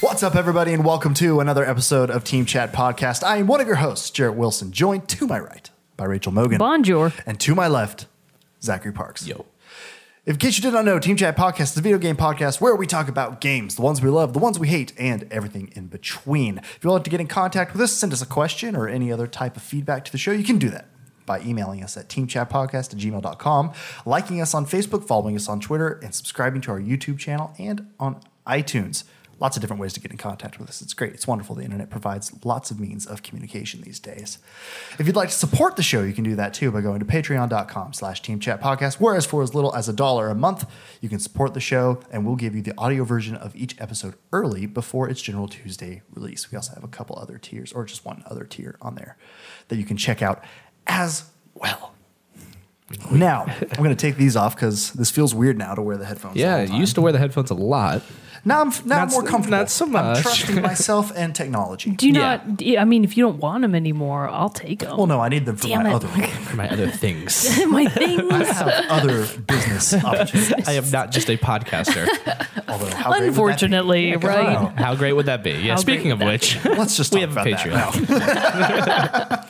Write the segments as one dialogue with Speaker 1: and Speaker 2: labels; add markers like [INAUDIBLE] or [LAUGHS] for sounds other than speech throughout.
Speaker 1: What's up, everybody, and welcome to another episode of Team Chat Podcast. I am one of your hosts, Jarrett Wilson, joined to my right by Rachel Mogan.
Speaker 2: Bonjour.
Speaker 1: And to my left, Zachary Parks.
Speaker 3: Yo.
Speaker 1: In case you did not know, Team Chat Podcast is a video game podcast where we talk about games, the ones we love, the ones we hate, and everything in between. If you would like to get in contact with us, send us a question or any other type of feedback to the show, you can do that by emailing us at teamchatpodcast at gmail.com, liking us on Facebook, following us on Twitter, and subscribing to our YouTube channel and on iTunes. Lots of different ways to get in contact with us. It's great. It's wonderful. The internet provides lots of means of communication these days. If you'd like to support the show, you can do that too by going to patreon.com slash team chat podcast, whereas for as little as a dollar a month, you can support the show and we'll give you the audio version of each episode early before its general Tuesday release. We also have a couple other tiers or just one other tier on there that you can check out as well. Now, I'm going to take these off because this feels weird now to wear the headphones.
Speaker 3: Yeah,
Speaker 1: all the
Speaker 3: you
Speaker 1: time.
Speaker 3: used to wear the headphones a lot.
Speaker 1: Now I'm now I'm
Speaker 3: Not
Speaker 1: more
Speaker 3: so-
Speaker 1: comfortable.
Speaker 3: not so
Speaker 1: I'm
Speaker 3: much. [LAUGHS]
Speaker 1: trusting myself and technology.
Speaker 2: Do you
Speaker 3: Yeah.
Speaker 2: not? do you- I mean, if you don't want them anymore, I'll take them.
Speaker 1: Well, no, I need them for
Speaker 2: Damn
Speaker 1: my
Speaker 2: it.
Speaker 1: other work.
Speaker 3: For my other things.
Speaker 2: [LAUGHS] My things.
Speaker 1: [LAUGHS] I
Speaker 2: [LAUGHS]
Speaker 1: have other business opportunities.
Speaker 3: I am not just
Speaker 2: [LAUGHS]
Speaker 3: a podcaster.
Speaker 1: Although, how great would that be?
Speaker 2: Unfortunately,
Speaker 1: Yeah, come
Speaker 2: right?
Speaker 1: on.
Speaker 3: How great would that be? Yeah.
Speaker 2: How
Speaker 3: speaking
Speaker 2: great
Speaker 3: of
Speaker 2: would
Speaker 3: which,
Speaker 1: Let's just talk
Speaker 3: we have a
Speaker 1: about that now.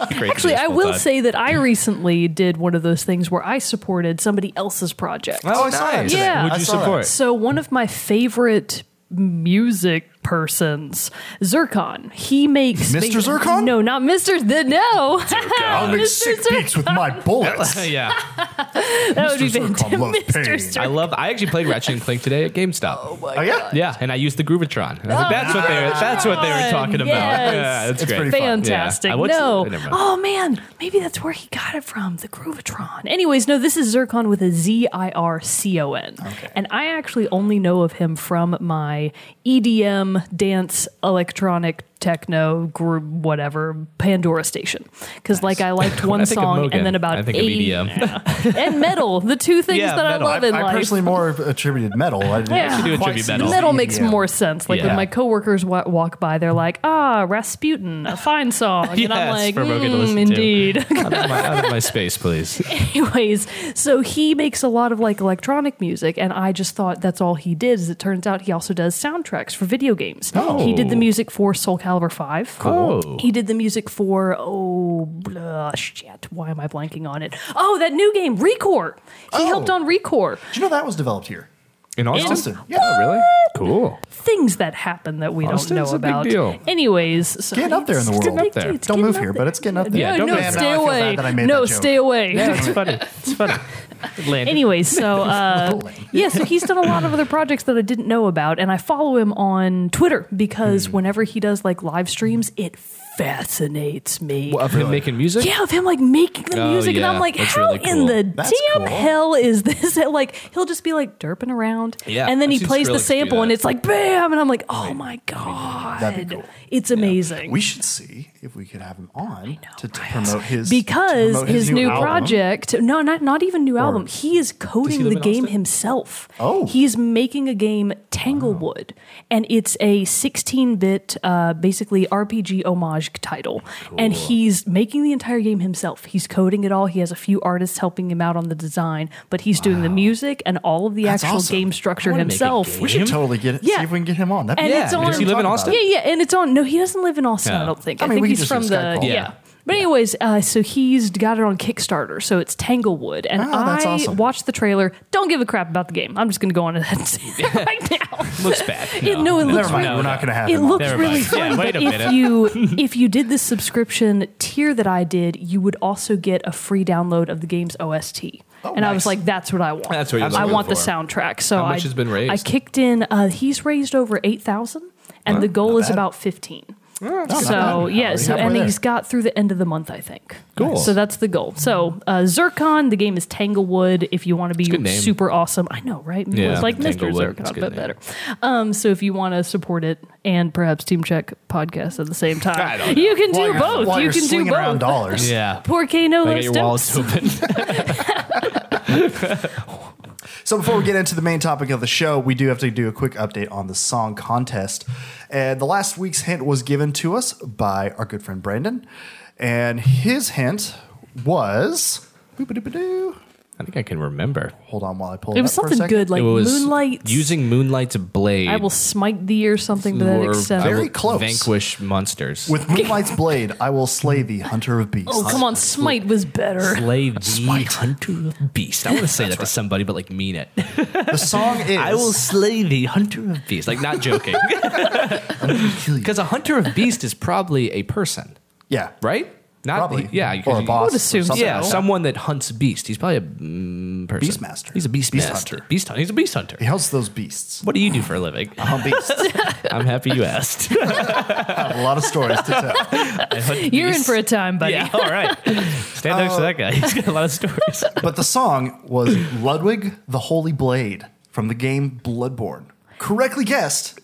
Speaker 3: Patreon. [LAUGHS] Great
Speaker 2: Actually,
Speaker 3: news,
Speaker 2: I
Speaker 3: well
Speaker 2: will
Speaker 3: done.
Speaker 2: say that I recently did one of those things where I supported somebody else's project.
Speaker 3: Oh,
Speaker 1: I saw that
Speaker 3: nice.
Speaker 2: today. Yeah.
Speaker 3: Would
Speaker 2: I
Speaker 3: you
Speaker 1: saw that.
Speaker 2: [LAUGHS]
Speaker 3: support?
Speaker 2: So one of my favorite music persons, Zircon. He makes
Speaker 1: Mr.
Speaker 2: basi-
Speaker 1: Zircon?
Speaker 2: No, not Mr. The, no. [LAUGHS]
Speaker 1: I'll make
Speaker 2: Mr.
Speaker 1: sick
Speaker 2: Zircon.
Speaker 1: beats with
Speaker 2: [LAUGHS]
Speaker 1: my bullets.
Speaker 2: Oh
Speaker 3: yeah.
Speaker 2: that would be
Speaker 1: Mr. Zircon
Speaker 2: fantastic.
Speaker 1: loves pain.
Speaker 2: Mr. Zircon.
Speaker 3: I love. I actually played Ratchet and Clank today at GameStop.
Speaker 1: Oh yeah,
Speaker 3: yeah, and I used the Groovatron. I was like, that's what they were. That's what they were talking
Speaker 2: Oh,
Speaker 3: about.
Speaker 2: Yes.
Speaker 3: Yeah, that's
Speaker 1: It's
Speaker 3: great.
Speaker 1: pretty fun.
Speaker 2: Fantastic.
Speaker 3: Yeah. I watched-
Speaker 2: No.
Speaker 3: never mind.
Speaker 2: Oh man, maybe that's where he got it from, the Groovatron. Anyways, no, this is Zircon with a Z I R C O N. And I actually only know of him from my EDM dance electronic techno group whatever Pandora station. Cuz like I
Speaker 3: [LAUGHS]
Speaker 2: liked
Speaker 3: When I
Speaker 2: one
Speaker 3: think of
Speaker 2: song
Speaker 3: Mogan,
Speaker 2: and then about
Speaker 3: I think of
Speaker 2: 80 [LAUGHS]
Speaker 3: E EDM.
Speaker 2: and metal, the two things
Speaker 3: [LAUGHS] Yeah,
Speaker 2: that
Speaker 3: metal.
Speaker 2: I love in
Speaker 1: I
Speaker 2: life.
Speaker 1: personally more attributed metal. I didn't
Speaker 2: Yeah. You should
Speaker 3: do
Speaker 1: quite
Speaker 3: attribute
Speaker 1: see
Speaker 3: metal.
Speaker 2: Metal makes
Speaker 1: EDM.
Speaker 2: more sense. Like
Speaker 3: Yeah.
Speaker 2: when my coworkers wa- walk by, they're like, "Ah, Rasputin, a fine song," and I'm
Speaker 3: Yes,
Speaker 2: like,
Speaker 3: for Rogan to
Speaker 2: "Mm,
Speaker 3: listen to." [LAUGHS]
Speaker 2: "Indeed." [LAUGHS]
Speaker 3: out, of my, out of my space, please.
Speaker 2: Anyways, so he makes a lot of like electronic music, and I just thought that's all he did. Is it turns out he also does soundtracks for video games.
Speaker 3: Oh.
Speaker 2: He did the music for Soul Calibur Five.
Speaker 3: Cool.
Speaker 2: He did the music for oh blah, shit. Why am I blanking on it? Oh, that new game Recore. He
Speaker 3: Oh.
Speaker 2: helped on Recore.
Speaker 1: Did you know that was developed here?
Speaker 3: In Austin?
Speaker 2: Oh,
Speaker 1: Austin.
Speaker 3: Yeah, Oh, really? Cool.
Speaker 2: things that happen that we
Speaker 3: Austin's
Speaker 2: don't know
Speaker 3: a big
Speaker 2: about.
Speaker 3: deal.
Speaker 2: Anyways, so
Speaker 1: Getting up there in the
Speaker 2: It's
Speaker 1: world.
Speaker 2: getting up
Speaker 3: Don't
Speaker 2: It's
Speaker 1: Don't
Speaker 2: getting
Speaker 1: move
Speaker 2: up
Speaker 1: here,
Speaker 2: there.
Speaker 1: but it's getting up there.
Speaker 3: Yeah,
Speaker 2: no,
Speaker 3: don't
Speaker 2: no,
Speaker 3: move here.
Speaker 2: stay
Speaker 1: Now I feel bad
Speaker 2: away.
Speaker 1: that I made
Speaker 2: No,
Speaker 1: that joke.
Speaker 2: stay away.
Speaker 3: It's funny. It's funny. Landed.
Speaker 2: [LAUGHS]
Speaker 1: [LAUGHS]
Speaker 2: Anyways, so uh,
Speaker 1: Totally.
Speaker 2: yeah, so he's done a lot of other projects that I didn't know about, and I follow him on Twitter
Speaker 1: Hmm.
Speaker 2: because whenever he does like live streams, it fascinates me.
Speaker 3: Well, of him making music?
Speaker 2: Yeah, of him like making the
Speaker 3: Oh,
Speaker 2: music,
Speaker 3: yeah.
Speaker 2: and I'm like,
Speaker 3: That's
Speaker 2: how
Speaker 3: really cool.
Speaker 2: in the
Speaker 1: That's
Speaker 2: damn
Speaker 1: cool.
Speaker 2: hell is this? [LAUGHS] And, like, he'll just be like derping around,
Speaker 3: Yeah,
Speaker 2: and then
Speaker 3: I've
Speaker 2: he
Speaker 3: seen
Speaker 2: plays the
Speaker 3: Skrillex do
Speaker 2: sample,
Speaker 3: that.
Speaker 2: and it's like bam, and I'm like, oh my god,
Speaker 1: That'd be cool.
Speaker 2: it's amazing.
Speaker 1: We should see if we could have him on to, to promote his to
Speaker 2: because
Speaker 1: promote
Speaker 2: his, new,
Speaker 1: album.
Speaker 2: project no not not even new album he is coding
Speaker 3: live
Speaker 2: the
Speaker 3: in
Speaker 2: game
Speaker 3: Austin?
Speaker 2: himself
Speaker 1: Oh.
Speaker 2: he's making a game tanglewood and it's a 16-bit uh, basically rpg homage title and he's making the entire game himself he's coding it all he has a few artists helping him out on the design but he's doing the music and all of the
Speaker 1: That's
Speaker 2: actual
Speaker 1: awesome.
Speaker 2: game
Speaker 3: I
Speaker 2: structure
Speaker 3: wanna make a
Speaker 2: himself
Speaker 3: game.
Speaker 1: We should totally get it. See
Speaker 2: Yeah.
Speaker 1: if we can get him on. That'd
Speaker 2: and
Speaker 1: be
Speaker 3: Yeah,
Speaker 2: it's on.
Speaker 3: does he live in Austin?
Speaker 2: Yeah, yeah, and it's on. No, he doesn't live in Austin.
Speaker 3: Yeah.
Speaker 2: I don't think.
Speaker 1: I
Speaker 2: I,
Speaker 1: mean, we
Speaker 2: think
Speaker 1: can just
Speaker 2: he's from
Speaker 1: do a Skype
Speaker 2: the
Speaker 1: call.
Speaker 2: yeah.
Speaker 3: Yeah.
Speaker 2: But anyways, uh, so he's got it on Kickstarter, so it's Tanglewood, and
Speaker 1: Ah, that's
Speaker 2: I
Speaker 1: awesome.
Speaker 2: watched the trailer. Don't give a crap about the game. I'm just going to go on ahead and say that right now.
Speaker 3: Looks bad.
Speaker 2: It- no, it looks
Speaker 1: Never mind.
Speaker 2: really-
Speaker 1: We're not going to have
Speaker 2: It
Speaker 1: him. on.
Speaker 2: looks
Speaker 3: Never
Speaker 2: really
Speaker 3: mind.
Speaker 2: fun,
Speaker 3: Yeah, wait
Speaker 2: but
Speaker 3: a
Speaker 2: if
Speaker 3: minute. [LAUGHS]
Speaker 2: you if you did the subscription tier that I did, you would also get a free download of the game's OST. and I
Speaker 1: Oh, nice.
Speaker 2: was like, "That's what I want.
Speaker 3: That's what you're
Speaker 2: I
Speaker 3: looking
Speaker 2: want the
Speaker 3: for.
Speaker 2: soundtrack." So
Speaker 3: How much
Speaker 2: I,
Speaker 3: has been raised?
Speaker 2: I kicked in. Uh, he's raised over eight thousand, and the goal is
Speaker 1: bad. Oh,
Speaker 2: about fifteen.
Speaker 1: not
Speaker 2: so
Speaker 1: bad.
Speaker 2: yeah,
Speaker 1: Already
Speaker 2: so
Speaker 1: halfway
Speaker 2: and
Speaker 1: there.
Speaker 2: he's got through the end of the month, I think.
Speaker 3: Cool.
Speaker 2: So that's the goal. So uh, Zircon, the game is Tanglewood. If you want to
Speaker 3: good
Speaker 2: be
Speaker 3: name.
Speaker 2: super awesome, I know, right?
Speaker 3: Yeah,
Speaker 2: it was like Mr.
Speaker 3: Tanglewood. It's a
Speaker 2: Zircon,
Speaker 3: good
Speaker 2: but
Speaker 3: name.
Speaker 2: better. Um, so if you want to support it and perhaps Team Check podcast at the same
Speaker 3: I
Speaker 2: time,
Speaker 3: don't know.
Speaker 2: you can
Speaker 1: While
Speaker 2: do
Speaker 1: you're-
Speaker 2: both.
Speaker 1: while
Speaker 2: You
Speaker 1: you're
Speaker 2: can do
Speaker 1: slinging around
Speaker 2: both.
Speaker 1: dollars.
Speaker 3: [LAUGHS] Yeah.
Speaker 2: Poor Kano,
Speaker 3: I got your wallets
Speaker 2: those
Speaker 1: [LAUGHS]
Speaker 3: open.
Speaker 1: So before we get into the main topic of the show, we do have to do a quick update on the song contest. And the last week's hint was given to us by our good friend Brandon, and his hint was boop-a-doop-a-doo.
Speaker 3: I think I can remember.
Speaker 1: Hold on while I pull it,
Speaker 2: It was
Speaker 1: up for a
Speaker 2: something
Speaker 1: second.
Speaker 2: good like
Speaker 3: it was
Speaker 2: moonlight.
Speaker 3: using Moonlight's blade.
Speaker 2: I will smite thee or something to that
Speaker 3: or
Speaker 2: extent.
Speaker 3: I
Speaker 1: Very
Speaker 3: will
Speaker 1: close.
Speaker 3: Vanquish monsters.
Speaker 1: With Moonlight's blade, I will slay the hunter of beasts.
Speaker 2: oh come on, smite was better.
Speaker 3: Slay
Speaker 1: [LAUGHS]
Speaker 3: the hunter of beast. I want to say that to somebody, but like mean it.
Speaker 1: The song is
Speaker 3: [LAUGHS] I will slay the hunter of beast. Like
Speaker 1: [LAUGHS]
Speaker 3: not joking,
Speaker 1: kill you.
Speaker 3: because a hunter of beast is probably a person,
Speaker 1: Yeah.
Speaker 3: right? Not
Speaker 1: Probably.
Speaker 3: yeah,
Speaker 1: Or a
Speaker 3: 'cause you-
Speaker 1: boss. or
Speaker 2: assume
Speaker 1: something
Speaker 3: Yeah,
Speaker 1: like that.
Speaker 3: someone that hunts beast. He's probably a mm, person.
Speaker 1: Beast master.
Speaker 3: He's a beast,
Speaker 1: Beast
Speaker 3: master.
Speaker 1: hunter.
Speaker 3: Beast hunter. He's a beast hunter.
Speaker 1: He helps those beasts.
Speaker 3: What do you do for
Speaker 1: [LAUGHS]
Speaker 3: a living?
Speaker 1: Hunt beasts.
Speaker 3: I'm happy you asked.
Speaker 1: I have a lot of stories to tell.
Speaker 2: You're in for a time, buddy.
Speaker 3: yeah, all [LAUGHS] right. Stand next to that guy. [LAUGHS] He's got a lot of stories.
Speaker 1: But the song was Ludwig the Holy Blade from the game Bloodborne. Correctly guessed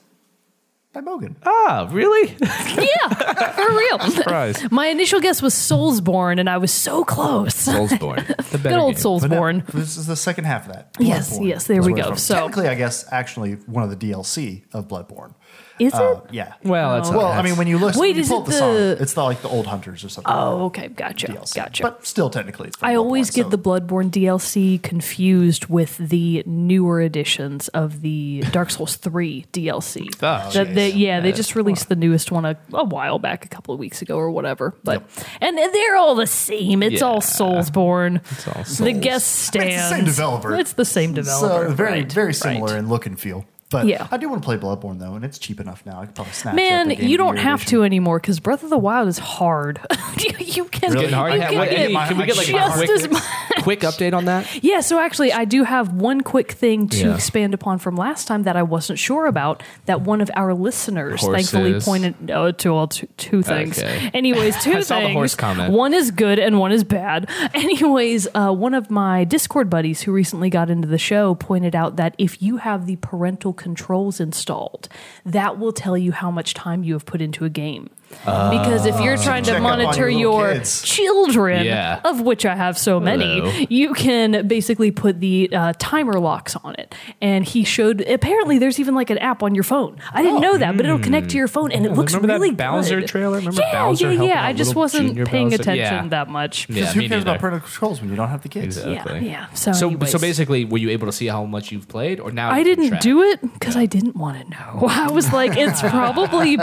Speaker 1: by Mogan.
Speaker 3: ah, really?
Speaker 2: Yeah, for real. [LAUGHS]
Speaker 3: Surprise.
Speaker 2: My initial guess was Soulsborne, and I was so close.
Speaker 3: Soulsborne. [LAUGHS] The
Speaker 2: Good
Speaker 3: better
Speaker 2: old
Speaker 3: game. uh,
Speaker 1: But no,
Speaker 2: Soulsborne.
Speaker 1: This is the second half of that.
Speaker 2: Yes,
Speaker 1: Bloodborne
Speaker 2: yes, there
Speaker 1: is
Speaker 2: we
Speaker 1: where it's
Speaker 2: go.
Speaker 1: from.
Speaker 2: So-
Speaker 1: technically, I guess actually one of the DLC of Bloodborne.
Speaker 2: Is
Speaker 1: Uh,
Speaker 2: it?
Speaker 1: yeah.
Speaker 3: Well, it's not-
Speaker 1: well, I mean, when you look,
Speaker 2: Wait,
Speaker 1: when you
Speaker 2: is
Speaker 1: pull
Speaker 2: it
Speaker 1: up the, song,
Speaker 2: the-
Speaker 1: it's not like the old hunters or something.
Speaker 2: Oh, okay, gotcha,
Speaker 1: DLC.
Speaker 2: gotcha.
Speaker 1: But still, technically, it's from
Speaker 2: I always
Speaker 1: Bloodborne,
Speaker 2: get
Speaker 1: so-
Speaker 2: the Bloodborne DLC confused with the newer editions of the Dark Souls 3
Speaker 1: [LAUGHS]
Speaker 2: DLC.
Speaker 3: Oh,
Speaker 2: That they-
Speaker 3: jeez.
Speaker 2: yeah, they just released the newest one a, a while back, a couple of weeks ago or whatever. But and they're all the same. It's all
Speaker 3: Yeah.
Speaker 2: Soulsborne.
Speaker 3: It's all
Speaker 2: The
Speaker 3: Souls.
Speaker 2: guest
Speaker 1: I
Speaker 2: stands.
Speaker 1: mean, it's the same developer.
Speaker 2: It's the same developer.
Speaker 1: So very,
Speaker 2: right,
Speaker 1: very
Speaker 2: right.
Speaker 1: similar in look and feel. But
Speaker 2: Yeah.
Speaker 1: I do want to play Bloodborne though, and it's cheap enough now. I could probably snatch.
Speaker 2: Man,
Speaker 1: up a game
Speaker 2: you
Speaker 1: of the
Speaker 2: don't
Speaker 1: year
Speaker 2: have
Speaker 1: edition.
Speaker 2: to anymore because Breath of the Wild is hard. [LAUGHS] you, you can,
Speaker 1: Really?
Speaker 3: Getting hard.
Speaker 2: you
Speaker 1: Yeah,
Speaker 2: can
Speaker 1: like,
Speaker 2: get
Speaker 1: hey, my-
Speaker 3: can we get like
Speaker 1: just
Speaker 2: as
Speaker 3: a quick, quick update on that?
Speaker 2: Yeah, so actually, I do have one quick thing to
Speaker 3: Yeah.
Speaker 2: expand upon from last time that I wasn't sure about. That one of our listeners thankfully
Speaker 3: Horses.
Speaker 2: pointed oh, to all two, two things.
Speaker 3: Okay. [LAUGHS]
Speaker 2: Anyways, two
Speaker 3: I saw the
Speaker 2: things.
Speaker 3: horse comment.
Speaker 2: One is good and one is bad. [LAUGHS] Anyways, uh, one of my Discord buddies who recently got into the show pointed out that if you have the parental controls installed, that will tell you how much time you have put into a game. because if you're trying to
Speaker 1: Ah. Check up on
Speaker 2: monitor
Speaker 1: your little
Speaker 2: your
Speaker 1: kids.
Speaker 2: children,
Speaker 3: Yeah.
Speaker 2: of which I have so many,
Speaker 3: Hello.
Speaker 2: you can basically put the uh, timer locks on it. And he showed apparently there's even like an app on your phone. I didn't know that, but it'll connect to your phone and it looks
Speaker 3: Hmm. Oh, Remember
Speaker 2: really
Speaker 3: that Bowser
Speaker 2: good.
Speaker 3: trailer? Remember
Speaker 2: yeah,
Speaker 3: Bowser
Speaker 2: yeah,
Speaker 3: helping
Speaker 2: yeah.
Speaker 3: out
Speaker 2: I just
Speaker 3: little
Speaker 2: wasn't
Speaker 3: junior
Speaker 2: paying
Speaker 3: Bowser?
Speaker 2: attention
Speaker 3: Yeah.
Speaker 2: that much.
Speaker 3: Yeah,
Speaker 1: Who
Speaker 3: me
Speaker 1: cares about
Speaker 3: neither.
Speaker 1: parental controls when you don't have the kids?
Speaker 3: Exactly.
Speaker 2: yeah, yeah. So,
Speaker 3: [LAUGHS] So,
Speaker 2: anyways,
Speaker 3: so basically, were you able to see how much you've played, or now
Speaker 2: I
Speaker 3: you can
Speaker 2: didn't
Speaker 3: track?
Speaker 2: do it because I didn't want to know. [LAUGHS] I was like, it's
Speaker 3: [LAUGHS]
Speaker 2: probably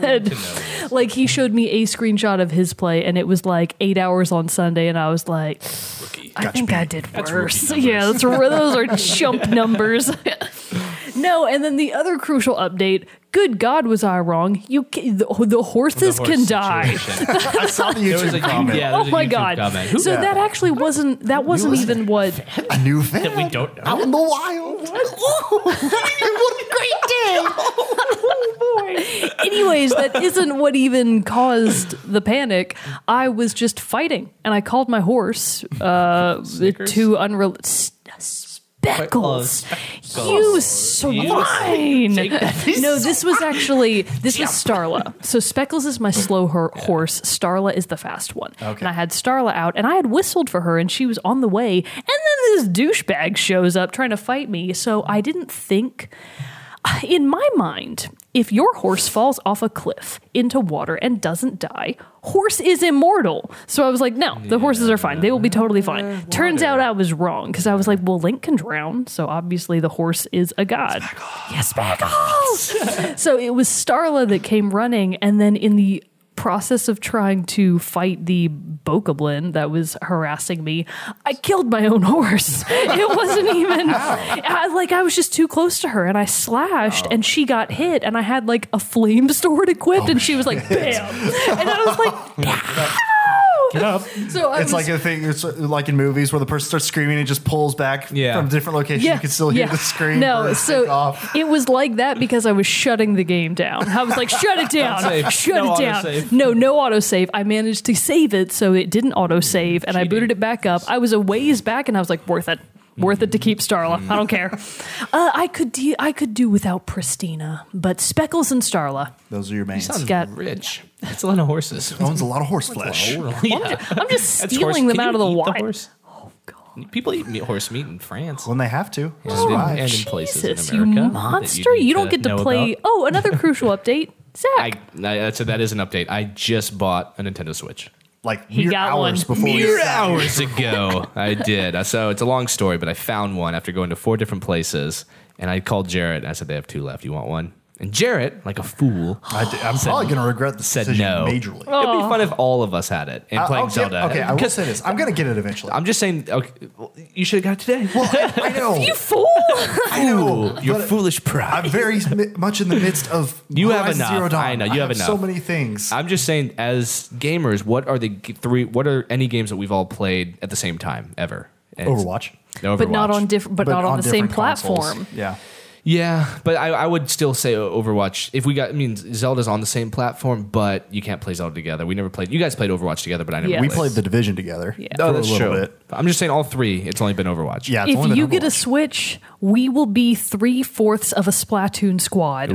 Speaker 2: bad. like he showed me a screenshot of his play, and it was like eight hours on Sunday, and I was like, I think I did worse. [LAUGHS] yeah, that's,
Speaker 3: [LAUGHS]
Speaker 2: those are jump numbers. [LAUGHS] no, and then the other crucial update. Good God, was I wrong? You ca- the, the horses
Speaker 3: The horse
Speaker 2: can die.
Speaker 3: situation. [LAUGHS]
Speaker 1: I saw the
Speaker 3: There was a
Speaker 1: YouTube
Speaker 3: comment.
Speaker 1: comment.
Speaker 3: Yeah,
Speaker 2: Oh
Speaker 3: there's a
Speaker 2: my
Speaker 3: YouTube
Speaker 2: God!
Speaker 3: Comment. Who
Speaker 2: So that actually wasn't that wasn't
Speaker 1: was
Speaker 2: even what
Speaker 1: A new fan
Speaker 3: that we don't know.
Speaker 1: out in the wild.
Speaker 2: Anyways, that [LAUGHS] isn't what even caused the panic. I was just fighting, and I called my horse uh,
Speaker 3: Snickers?
Speaker 2: to unrelated speckles. You swine!
Speaker 3: Take that. [LAUGHS]
Speaker 2: No, this was actually this was Starla. So Speckles is my slow her- horse. Starla is the fast one.
Speaker 1: Okay.
Speaker 2: And I had Starla out, and I had whistled for her, and she was on the way. And then this douchebag shows up trying to fight me. So I didn't think [SIGHS] in my mind, if your horse falls off a cliff into water and doesn't die, horse is immortal. So I was like, no, the horses are fine. They will be totally fine. Turns out I was wrong because I was like, well, Link can drown. So obviously the horse is a god. Yes, Spackles. [LAUGHS] so it was Starla that came running. And then in the process of trying to fight the bokoblin that was harassing me i killed my own [LAUGHS] horse it wasn't even I, like i was just too close to her and i slashed and she got hit and i had like a flame sword equipped
Speaker 1: Oh,
Speaker 2: and she
Speaker 1: [LAUGHS]
Speaker 2: was like bam and i was like
Speaker 3: Get up.
Speaker 2: [LAUGHS] so i
Speaker 1: It's
Speaker 2: was
Speaker 1: like a thing. It's like in movies where the person starts screaming and just pulls back
Speaker 3: Yeah.
Speaker 1: from different locations. you can still hear
Speaker 2: yeah.
Speaker 1: the scream.
Speaker 2: No,
Speaker 1: burst
Speaker 2: so
Speaker 1: it off.
Speaker 2: it was like that because I was shutting the game down. I was like, shut it down,
Speaker 3: Autosave.
Speaker 2: shut
Speaker 3: No
Speaker 2: it down.
Speaker 3: autosave.
Speaker 2: No, no autosave. I managed to save it, so it didn't autosave, and I booted it back up. I was a ways back, and I was like, worth it. Worth it to keep Starla. I don't care. Uh, I could de- I could do without Pristina, but Speckles and Starla.
Speaker 1: Those are your mains.
Speaker 3: Sounds
Speaker 2: Got-
Speaker 3: rich. That's a lot of horses.
Speaker 1: Owns a lot of horse flesh.
Speaker 3: Yeah.
Speaker 2: I'm just
Speaker 3: That's
Speaker 2: stealing
Speaker 3: horse-
Speaker 2: them
Speaker 3: can
Speaker 2: out
Speaker 3: you
Speaker 2: of the
Speaker 3: eat
Speaker 2: wild.
Speaker 3: horse? People eat meat, horse meat in France.
Speaker 1: When they have to.
Speaker 3: And
Speaker 1: Just
Speaker 3: in-
Speaker 1: why?
Speaker 3: and in places in
Speaker 2: Oh, Jesus, you
Speaker 3: America that
Speaker 2: monster!
Speaker 3: need
Speaker 2: You, don't get to
Speaker 3: know
Speaker 2: play.
Speaker 3: about.
Speaker 2: Oh, another crucial update. Zach,
Speaker 3: I, I, so that is an update. I just bought a Nintendo Switch.
Speaker 1: like
Speaker 2: He
Speaker 1: mere
Speaker 2: got one.
Speaker 1: hours before we
Speaker 3: Mere
Speaker 1: sat here.
Speaker 3: hours ago, I did. I- So it's a long story, but I found one after going to four different places, and I called Jarrett and I said they have two left. You want one? And Jarrett, like a
Speaker 1: [SIGHS]
Speaker 3: fool,
Speaker 1: I did- I'm probably going to regret the
Speaker 3: said
Speaker 1: decision
Speaker 3: no.
Speaker 1: majorly.
Speaker 2: Oh.
Speaker 3: it'd be fun if all of us had it and
Speaker 1: I-
Speaker 3: playing
Speaker 1: I'll get-
Speaker 3: Zelda.
Speaker 1: okay, I will
Speaker 3: 'Cause
Speaker 1: say this. I'm going to get it eventually.
Speaker 3: I'm just saying, okay, well, you should have got it today.
Speaker 1: well, [LAUGHS] I, I know.
Speaker 2: [LAUGHS] You fool!
Speaker 1: I know.
Speaker 3: Ooh, your
Speaker 1: but
Speaker 3: foolish pride.
Speaker 1: I'm very mi- much in the midst of
Speaker 3: You have
Speaker 1: Horizon
Speaker 3: enough.
Speaker 1: Zero Dawn.
Speaker 3: I know, you have
Speaker 1: So
Speaker 3: enough.
Speaker 1: many things.
Speaker 3: I'm just saying, as gamers, what are the g- three? What are any games that we've all played at the same time ever? And it's-
Speaker 1: Overwatch.
Speaker 3: Overwatch.
Speaker 2: But not on different. But,
Speaker 1: But
Speaker 2: not on, the same
Speaker 1: different consoles.
Speaker 2: platform.
Speaker 1: Yeah.
Speaker 3: Yeah, but I, I would still say Overwatch. If we got, I mean, Zelda's on the same platform, but you can't play Zelda together. We never played. You guys played Overwatch together, but I never.
Speaker 2: Yeah.
Speaker 1: We
Speaker 2: Yes.
Speaker 1: played The Division together.
Speaker 2: Yeah. Oh,
Speaker 1: for
Speaker 3: No, Oh, that's
Speaker 1: a little
Speaker 3: true.
Speaker 1: Bit.
Speaker 3: I'm just saying, all three. It's only been Overwatch.
Speaker 1: Yeah. it's only
Speaker 2: If
Speaker 1: been
Speaker 2: you get a
Speaker 1: Overwatch.
Speaker 2: Switch, we will be three fourths of a Splatoon squad.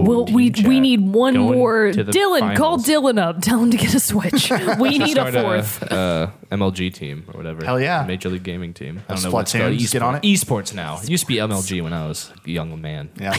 Speaker 2: We'll, we
Speaker 3: Team
Speaker 2: we
Speaker 3: chat.
Speaker 2: need one
Speaker 3: Going
Speaker 2: more.
Speaker 3: to the
Speaker 2: Dylan, call
Speaker 3: finals.
Speaker 2: Dylan up. [LAUGHS] Tell him to get a Switch. We need a
Speaker 3: Start
Speaker 2: fourth.
Speaker 3: A, uh, MLG team or whatever.
Speaker 1: Hell yeah.
Speaker 3: Major League Gaming team. I
Speaker 1: That's
Speaker 3: don't know what's
Speaker 1: Splatoon.
Speaker 3: called.
Speaker 1: Just get on it.
Speaker 3: Esports now. It used to be MLG when I was a young man.
Speaker 1: [LAUGHS] Yeah.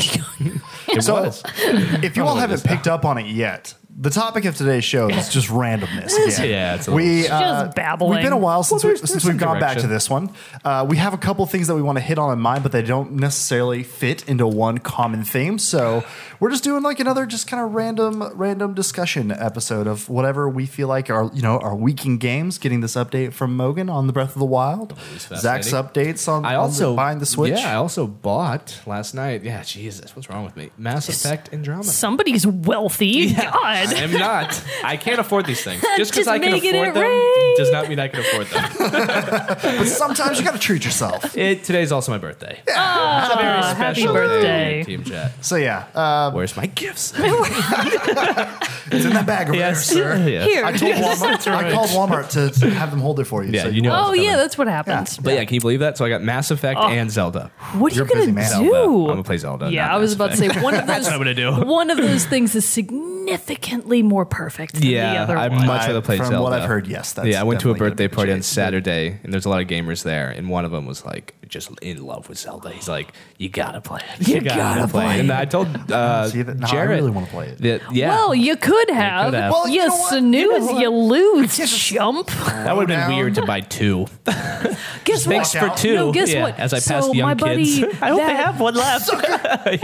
Speaker 3: It
Speaker 1: So-
Speaker 3: was.
Speaker 1: if you all
Speaker 3: Probably
Speaker 1: haven't
Speaker 3: is now.
Speaker 1: picked up on it yet, the topic of today's show is just randomness. Again.
Speaker 3: Yeah, it's a
Speaker 1: we
Speaker 3: little-
Speaker 1: uh,
Speaker 2: Just babbling.
Speaker 1: We've been a while since
Speaker 3: there's-
Speaker 1: we,
Speaker 3: there's
Speaker 1: since we've
Speaker 3: some
Speaker 1: gone back
Speaker 3: direction.
Speaker 1: to this one. Uh, we have a couple things that we want to hit on in mind, but they don't necessarily fit into one common theme. So we're just doing like another just kind of random random discussion episode of whatever we feel like our you know our weekend games. Getting this update from Mogan on the Breath of the Wild, Zach's
Speaker 3: fascinating.
Speaker 1: updates on
Speaker 3: I
Speaker 1: on
Speaker 3: also
Speaker 1: the, buying the Switch.
Speaker 3: Yeah, I also bought last night. Yeah, Jesus, what's wrong with me? Mass Effect Andromeda.
Speaker 2: Somebody's wealthy.
Speaker 3: [LAUGHS] I
Speaker 2: God.
Speaker 3: am not. I can't afford
Speaker 2: [LAUGHS]
Speaker 3: these things. Just because
Speaker 2: Just
Speaker 3: I can
Speaker 2: making
Speaker 3: afford
Speaker 2: it
Speaker 3: them
Speaker 2: rain.
Speaker 3: does not mean I can
Speaker 2: [LAUGHS]
Speaker 3: afford them.
Speaker 1: but sometimes you got to treat yourself.
Speaker 3: It, today's also my birthday. It's a very
Speaker 2: happy
Speaker 3: special
Speaker 2: birthday. Um,
Speaker 3: day, Team Chat.
Speaker 1: So yeah, uh,
Speaker 3: Where's
Speaker 2: [LAUGHS]
Speaker 3: my gifts?
Speaker 1: it's in that bag over there, sir.
Speaker 3: Yeah.
Speaker 2: Here.
Speaker 1: I told Walmart. I
Speaker 3: right.
Speaker 1: called Walmart to have them hold it for you.
Speaker 3: Yeah, you know.
Speaker 2: Oh
Speaker 3: it's coming.
Speaker 2: yeah, that's what happens.
Speaker 3: But yeah, can you believe that? So I got Mass Effect and Zelda.
Speaker 2: What are
Speaker 1: You're
Speaker 2: you
Speaker 1: a busy
Speaker 2: gonna
Speaker 1: man.
Speaker 2: do?
Speaker 3: Zelda. I'm gonna play Zelda,
Speaker 2: Oh. Yeah,
Speaker 3: not
Speaker 2: I was
Speaker 3: Mass
Speaker 2: about to say
Speaker 3: Effect.
Speaker 2: one of those.
Speaker 3: what [LAUGHS] I'm gonna do.
Speaker 2: One of those things is significantly more perfect than
Speaker 3: Yeah,
Speaker 2: the other
Speaker 3: I'd
Speaker 2: one.
Speaker 3: much rather play
Speaker 1: From
Speaker 3: Zelda.
Speaker 1: what I've heard, yes. That's
Speaker 3: yeah, I went to a
Speaker 1: definitely
Speaker 3: birthday
Speaker 1: gonna be
Speaker 3: party on
Speaker 1: changed.
Speaker 3: Saturday, and there's a lot of gamers there, and one of them was like just in love with Zelda. He's like, "You gotta play it. You,
Speaker 2: gotta play
Speaker 3: And I told
Speaker 1: [LAUGHS]
Speaker 3: uh,
Speaker 1: See, that- no, I
Speaker 3: Jared,
Speaker 1: really wanna play it.
Speaker 3: that- yeah,
Speaker 2: Well, you could have.
Speaker 3: have.
Speaker 1: Well,
Speaker 2: you,
Speaker 1: you know what?
Speaker 2: snooze,
Speaker 1: You
Speaker 2: you,
Speaker 1: know what?
Speaker 2: lose,
Speaker 1: Just-
Speaker 2: chump.
Speaker 3: that would have
Speaker 1: down.
Speaker 3: been weird to buy two.
Speaker 2: Guess
Speaker 3: Thanks
Speaker 2: what?
Speaker 1: Walk
Speaker 3: for
Speaker 1: out.
Speaker 3: two.
Speaker 2: No, guess
Speaker 3: Yeah,
Speaker 2: what?
Speaker 3: As I
Speaker 2: So
Speaker 3: passed the
Speaker 2: my
Speaker 3: young
Speaker 2: buddy-
Speaker 3: kids, [LAUGHS] I hope
Speaker 2: that-
Speaker 3: they have one left.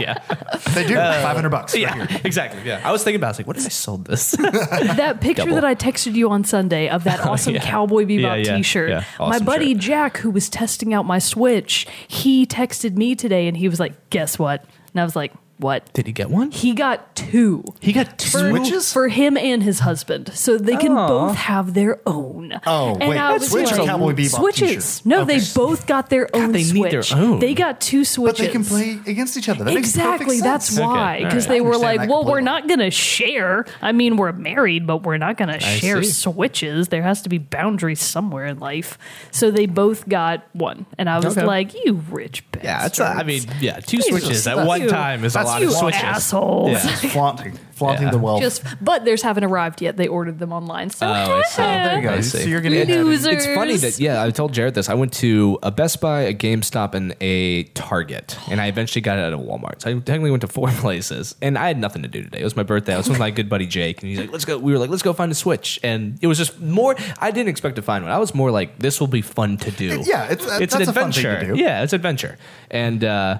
Speaker 3: [LAUGHS] yeah, Uh,
Speaker 1: They do five hundred bucks. right here.
Speaker 3: yeah, exactly. Yeah, I was thinking about. it, I was like, what if I sold this? [LAUGHS]
Speaker 2: That picture
Speaker 3: Double.
Speaker 2: that I texted you on Sunday of
Speaker 3: [LAUGHS]
Speaker 2: that awesome Cowboy Bebop
Speaker 3: Oh, Yeah, yeah,
Speaker 2: T-shirt.
Speaker 3: yeah.
Speaker 2: my
Speaker 3: Awesome
Speaker 2: buddy
Speaker 3: shirt.
Speaker 2: Jack, who was testing out my Switch, he texted me today and he was like, "Guess what?" And I was like, "What?"
Speaker 3: Did he get one?
Speaker 2: He got two.
Speaker 3: He got two.
Speaker 1: Switches?
Speaker 2: for him and his husband, so they can
Speaker 3: Aw.
Speaker 2: both have their own.
Speaker 1: Oh,
Speaker 2: and
Speaker 1: wait,
Speaker 2: I
Speaker 1: that's
Speaker 2: was
Speaker 1: Switch or
Speaker 2: like-
Speaker 1: Cowboy Bebop
Speaker 2: switches.
Speaker 1: t-shirt?
Speaker 2: No,
Speaker 1: Okay.
Speaker 2: they both got their own.
Speaker 3: they need
Speaker 2: switch.
Speaker 3: their own.
Speaker 2: They got two
Speaker 1: But
Speaker 2: switches.
Speaker 1: they can play against each other. That makes perfect
Speaker 2: Exactly. That's
Speaker 1: sense.
Speaker 2: why.
Speaker 3: Okay,
Speaker 2: Because
Speaker 3: all right.
Speaker 2: they were
Speaker 1: Understand that
Speaker 2: like, well, we're
Speaker 1: completely.
Speaker 2: not going to share. I mean, we're married, but we're not going to share
Speaker 3: see.
Speaker 2: switches. There has to be boundaries somewhere in life. So they both got one. And I was
Speaker 3: Okay.
Speaker 2: like, you rich bastard.
Speaker 3: Yeah, it's. A, I mean, yeah, two switches at
Speaker 2: that's-
Speaker 3: one
Speaker 2: you-
Speaker 3: time is a
Speaker 1: that's
Speaker 3: lot
Speaker 2: you
Speaker 3: of switches.
Speaker 2: assholes.
Speaker 3: Yeah.
Speaker 1: flaunting, flaunting
Speaker 3: Yeah.
Speaker 1: the wealth.
Speaker 2: Just, but theirs haven't arrived yet. They ordered them online. So,
Speaker 3: I see.
Speaker 1: there you
Speaker 3: I
Speaker 1: go.
Speaker 3: see.
Speaker 1: So you're gonna get
Speaker 2: losers.
Speaker 3: It's funny that yeah, I told Jared this. I went to a Best Buy, a GameStop, and a Target, and I eventually got it at a Walmart. So I technically went to four [LAUGHS] places, and I had nothing to do today. It was my birthday. I was with my good buddy Jake, and he's like, "Let's go." We were like, "Let's go find a Switch," and it was just more. I didn't expect to find one. I was more like, "This will be fun to do."
Speaker 1: Yeah, it's- uh,
Speaker 3: it's an
Speaker 1: that's a fun thing
Speaker 3: adventure.
Speaker 1: to do.
Speaker 3: Yeah, it's adventure, and. uh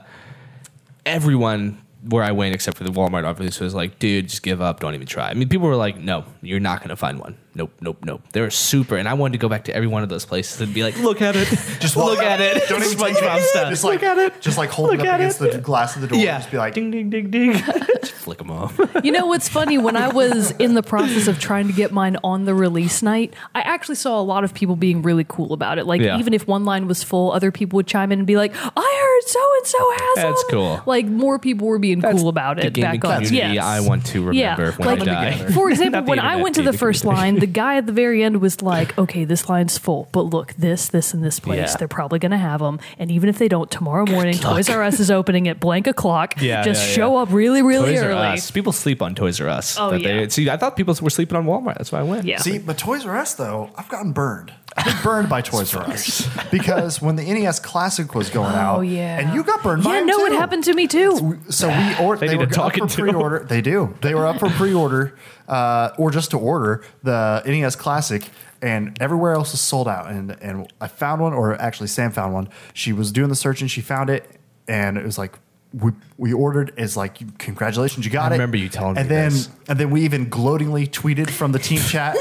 Speaker 3: everyone where I went, except for the Walmart, obviously, was like, dude, just give up. Don't even try. I mean, people were like, no, you're not going to find one. Nope, nope, nope. They were super. And I wanted to go back to every one of those places and be like, look at it. [LAUGHS] just look
Speaker 1: walk-
Speaker 3: at it.
Speaker 1: Don't even touch
Speaker 3: SpongeBob
Speaker 1: it.
Speaker 3: stuff.
Speaker 1: Just like,
Speaker 3: look at it.
Speaker 1: Just like holding
Speaker 3: Look
Speaker 1: up
Speaker 3: at
Speaker 1: against
Speaker 3: it.
Speaker 1: the glass of the door.
Speaker 3: yeah.
Speaker 1: Just be like,
Speaker 3: ding, ding, ding, [LAUGHS] ding. just flick them off.
Speaker 2: You know what's funny? When I was in the process of trying to get mine on the release night, I actually saw a lot of people being really cool about it. Like,
Speaker 3: Yeah.
Speaker 2: even if one line was full, other people would chime in and be like, I heard so and so has
Speaker 3: That's
Speaker 2: them."
Speaker 3: cool.
Speaker 2: Like, more people were being cool about
Speaker 3: the
Speaker 2: it
Speaker 3: gaming
Speaker 2: back on.
Speaker 3: community
Speaker 2: Yes.
Speaker 3: I want to remember
Speaker 2: Yeah,
Speaker 3: when
Speaker 2: like-
Speaker 3: I
Speaker 2: [LAUGHS]
Speaker 3: die.
Speaker 2: For example,
Speaker 3: Not the
Speaker 2: when I
Speaker 3: internet,
Speaker 2: went to
Speaker 3: dude,
Speaker 2: the
Speaker 3: the
Speaker 2: first
Speaker 3: community.
Speaker 2: line, the guy at the very end was like,
Speaker 3: [LAUGHS]
Speaker 2: okay, this line's full, but look, this, this, and this place,
Speaker 3: Yeah.
Speaker 2: they're probably going to have them. And even if they don't, tomorrow morning, Toys R Us is opening at blank o'clock.
Speaker 3: [LAUGHS] Yeah,
Speaker 2: Just
Speaker 3: yeah,
Speaker 2: show
Speaker 3: yeah.
Speaker 2: up really, really
Speaker 3: Toys R
Speaker 2: early.
Speaker 3: Us. People sleep on Toys R Us.
Speaker 2: Oh,
Speaker 3: That
Speaker 2: yeah.
Speaker 3: they, see, I thought people were sleeping on Walmart. That's why I went.
Speaker 2: Yeah.
Speaker 1: see, but Toys R Us though, I've gotten burned. been burned by Toys R
Speaker 2: [LAUGHS]
Speaker 1: Us because when the NES Classic was going
Speaker 3: Oh,
Speaker 1: out,
Speaker 2: Oh, yeah.
Speaker 1: and you got burned by
Speaker 2: yeah,
Speaker 1: it
Speaker 2: no,
Speaker 1: too.
Speaker 2: it happened to me too.
Speaker 1: So we or they,
Speaker 3: need
Speaker 1: were
Speaker 3: to talk
Speaker 1: up
Speaker 3: it
Speaker 1: for
Speaker 3: to 'em.
Speaker 1: pre-order. They do. They were up for pre-order, uh, or just to order the NES Classic, and everywhere else was sold out. And and I found one, or actually Sam found one. She was doing the search and she found it, and it was like. We, we ordered is like congratulations you got
Speaker 3: I
Speaker 1: it.
Speaker 3: remember you telling
Speaker 1: and
Speaker 3: me
Speaker 1: then
Speaker 3: this.
Speaker 1: and then we even gloatingly tweeted from the team
Speaker 3: [LAUGHS]
Speaker 1: chat,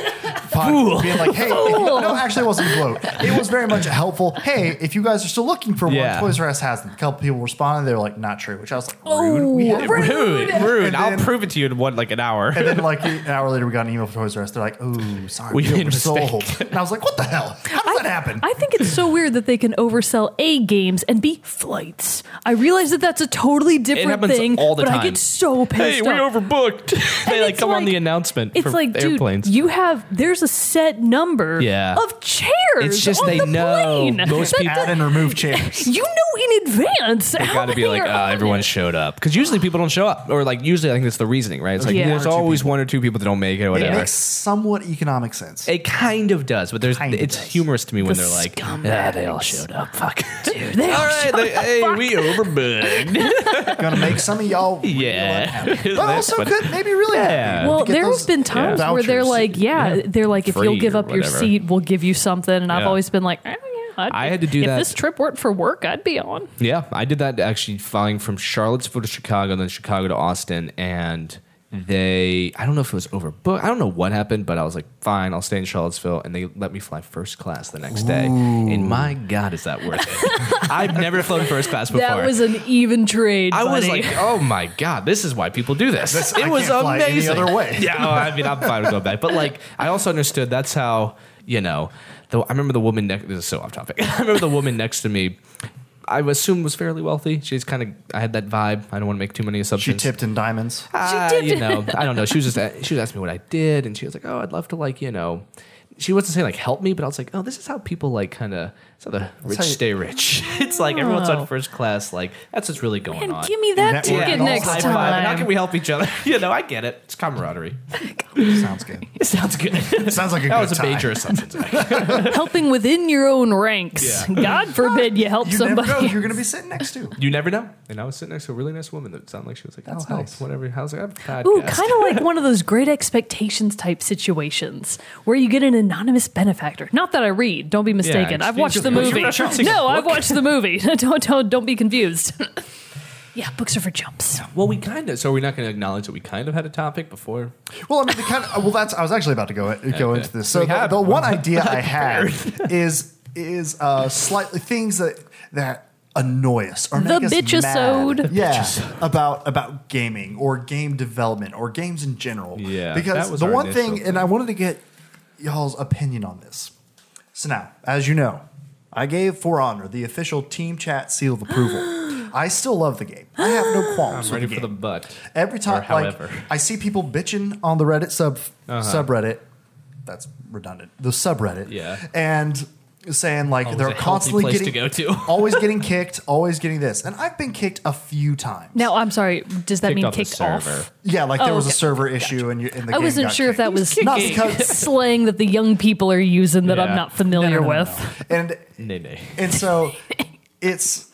Speaker 1: pod- being like, "Hey, no, actually, it wasn't gloat. It was very much a helpful. Hey, if you guys are still looking for
Speaker 3: Yeah.
Speaker 1: one, Toys R Us has them." A couple people responded, they were like, "Not true," which I was like,
Speaker 2: Oh,
Speaker 1: "Rude, we had it."
Speaker 2: rude.
Speaker 3: Rude, rude.
Speaker 1: And
Speaker 3: I'll
Speaker 1: then-
Speaker 3: prove it to you in one like an hour.
Speaker 1: And [LAUGHS] then, like an hour later, we got an email from Toys R Us. They're like, "Ooh, sorry,
Speaker 3: We
Speaker 1: we
Speaker 3: made a mistake."
Speaker 1: oversold." And I was like, "What the hell? How did that happen?"
Speaker 2: I think it's so weird that they can oversell A games and B flights. I realize that that's a totally different
Speaker 3: happens
Speaker 2: thing,
Speaker 3: all the
Speaker 2: but I
Speaker 3: time.
Speaker 2: get so pissed
Speaker 3: Hey, we
Speaker 2: off.
Speaker 3: overbooked. [LAUGHS] they
Speaker 2: And
Speaker 3: like
Speaker 2: it's
Speaker 3: come on
Speaker 2: like-
Speaker 3: the announcement.
Speaker 2: It's
Speaker 3: for
Speaker 2: like,
Speaker 3: airplanes.
Speaker 2: dude, you have there's a set number
Speaker 3: Yeah.
Speaker 2: of chairs.
Speaker 3: It's just
Speaker 2: on
Speaker 3: they
Speaker 2: the
Speaker 3: know.
Speaker 2: plane.
Speaker 3: Most
Speaker 2: That
Speaker 3: people-
Speaker 1: Add and remove
Speaker 2: [LAUGHS]
Speaker 1: chairs.
Speaker 2: You know in advance. They
Speaker 3: got to be like, uh,
Speaker 2: [LAUGHS]
Speaker 3: everyone showed up because usually people don't show up, or like usually I think that's the reasoning, right? It's like
Speaker 2: Yeah.
Speaker 3: there's
Speaker 2: One or two
Speaker 3: always one or two people that don't make it, or
Speaker 1: It
Speaker 3: whatever.
Speaker 1: makes somewhat economic sense.
Speaker 3: It kind of does, but there's
Speaker 1: Kind of
Speaker 3: it's
Speaker 1: does.
Speaker 3: humorous to me when
Speaker 2: The
Speaker 3: they're like,
Speaker 2: scumbags.
Speaker 3: ah, they all showed up.
Speaker 2: Fuck, dude.
Speaker 3: [LAUGHS]
Speaker 2: They
Speaker 3: All
Speaker 2: all
Speaker 3: right,
Speaker 2: showed
Speaker 3: they,
Speaker 2: up.
Speaker 3: hey, we overbooked.
Speaker 1: Gonna make some of y'all, real
Speaker 3: [LAUGHS]
Speaker 2: [LAUGHS]
Speaker 3: Yeah.
Speaker 1: unhappy.
Speaker 3: Isn't
Speaker 1: but
Speaker 3: that
Speaker 1: also
Speaker 3: funny?
Speaker 1: could maybe really.
Speaker 3: Yeah.
Speaker 1: happy.
Speaker 2: Well,
Speaker 1: To get
Speaker 2: there
Speaker 1: those
Speaker 2: have been times where they're
Speaker 1: vouchers.
Speaker 2: like, yeah, they're like, if
Speaker 3: Free
Speaker 2: you'll give
Speaker 3: or
Speaker 2: up your
Speaker 3: whatever.
Speaker 2: seat, we'll give you something. And I've
Speaker 3: Yeah.
Speaker 2: always been like, eh, yeah, I'd
Speaker 3: I
Speaker 2: be-
Speaker 3: had to do
Speaker 2: if
Speaker 3: that-
Speaker 2: If this trip weren't for work, I'd be on.
Speaker 3: yeah, I did that actually flying from Charlottesville to Chicago, then Chicago to Austin, and they I don't know if it was overbooked. I don't know what happened, but I was like, fine, I'll stay in Charlottesville, and they let me fly first class the next day. And my God, is that worth it? [LAUGHS] I've never flown first class before.
Speaker 2: That was an even trade.
Speaker 3: I was
Speaker 2: buddy.
Speaker 3: like, oh my god, this is why people do this.
Speaker 1: This-
Speaker 3: it
Speaker 1: I
Speaker 3: was
Speaker 1: can't fly any
Speaker 3: amazing.
Speaker 1: other way.
Speaker 3: [LAUGHS] Yeah, well, I mean, I'm fine with going back, but like, I also understood that's how you know. The, I remember the woman next. This is so off topic. [LAUGHS] I remember the woman next to me. I assumed was fairly wealthy. She's kind of. I had that vibe. I don't want to make too many
Speaker 1: she
Speaker 3: assumptions.
Speaker 1: tipped in diamonds.
Speaker 3: Ah,
Speaker 2: did.
Speaker 3: you know, I don't know. She was just a- she was asking me what I did, and she was like, "Oh, I'd love to like you know." She wasn't saying like help me, but I was like, "Oh, this is how people like kind of it's how the rich
Speaker 1: how you-
Speaker 3: stay rich. [LAUGHS] it's like everyone's
Speaker 2: Oh.
Speaker 3: on first class. Like that's what's really going
Speaker 2: and
Speaker 3: on."
Speaker 2: give me that
Speaker 1: Network
Speaker 2: ticket
Speaker 1: and all
Speaker 2: next
Speaker 1: that.
Speaker 3: High
Speaker 2: time.
Speaker 3: five. How can we help each other? [LAUGHS] you know, I get it. It's camaraderie. [LAUGHS]
Speaker 1: Sounds good.
Speaker 3: It [LAUGHS] sounds good. that
Speaker 1: Sounds like a good
Speaker 3: was a
Speaker 1: time.
Speaker 3: major assumption. [LAUGHS] Zach.
Speaker 2: Helping within your own ranks. [LAUGHS] God forbid you help
Speaker 1: You never
Speaker 2: somebody.
Speaker 1: know who you're
Speaker 2: else.
Speaker 1: going to be sitting next to.
Speaker 3: you never know. And I was sitting next to a really nice woman that sounded like she was like,
Speaker 1: That's
Speaker 3: "I'll help."
Speaker 1: nice.
Speaker 3: Whatever. How's it?
Speaker 2: [LAUGHS] Ooh, kind of like one of those great expectations type situations where you get an anonymous benefactor. Not that I read, don't be mistaken. I've
Speaker 3: excuse
Speaker 2: watched
Speaker 3: me.
Speaker 2: the
Speaker 3: Was you
Speaker 2: movie.
Speaker 3: referencing a
Speaker 2: No, I've
Speaker 3: book?
Speaker 2: watched the movie. [LAUGHS] don't don't don't be confused. [LAUGHS] yeah, books are for chumps.
Speaker 3: Well, we kind of. So we're not going to acknowledge that we kind of had a topic before.
Speaker 1: Well, I mean, the kind of, well, that's I was actually about to go go into this. So
Speaker 3: We
Speaker 1: the,
Speaker 3: have
Speaker 1: the one
Speaker 3: one. [LAUGHS]
Speaker 1: idea I had is is uh, slightly things that that annoy us or
Speaker 2: The
Speaker 1: make us
Speaker 2: bitchisode.
Speaker 1: mad. yeah, about about gaming or game development or games in general.
Speaker 3: Yeah,
Speaker 1: because
Speaker 3: that was
Speaker 1: the
Speaker 3: our
Speaker 1: one
Speaker 3: initial
Speaker 1: thing, and I wanted to get y'all's opinion on this. So now, as you know, I gave For Honor the official Team Chat seal of approval. I still love the game. I have no qualms.
Speaker 3: I'm ready
Speaker 1: with the
Speaker 3: for the
Speaker 1: game.
Speaker 3: butt.
Speaker 1: Every time,
Speaker 3: however. Uh-huh.
Speaker 1: like I see people bitching on the Reddit sub subreddit, that's redundant. The subreddit,
Speaker 3: Yeah.
Speaker 1: and saying like
Speaker 3: Always
Speaker 1: they're
Speaker 3: a healthy
Speaker 1: constantly
Speaker 3: place
Speaker 1: getting
Speaker 3: to go to.
Speaker 1: [LAUGHS] always getting kicked, always getting this, and I've been kicked a few times.
Speaker 2: Now, I'm sorry, does that
Speaker 3: Kicked
Speaker 2: mean
Speaker 3: off the
Speaker 2: kicked off?
Speaker 3: server.
Speaker 1: yeah, like there
Speaker 2: Oh,
Speaker 1: was a
Speaker 2: okay.
Speaker 1: server issue, and you in the
Speaker 2: I
Speaker 1: game
Speaker 2: wasn't
Speaker 1: got
Speaker 2: sure
Speaker 1: [LAUGHS]
Speaker 2: if
Speaker 1: kicked.
Speaker 2: that was
Speaker 1: Not
Speaker 2: [LAUGHS]
Speaker 1: because-
Speaker 2: slang that the young people are using that I'm
Speaker 3: Yeah.
Speaker 2: not familiar with.
Speaker 1: and
Speaker 3: Nay, nay.
Speaker 1: and so it's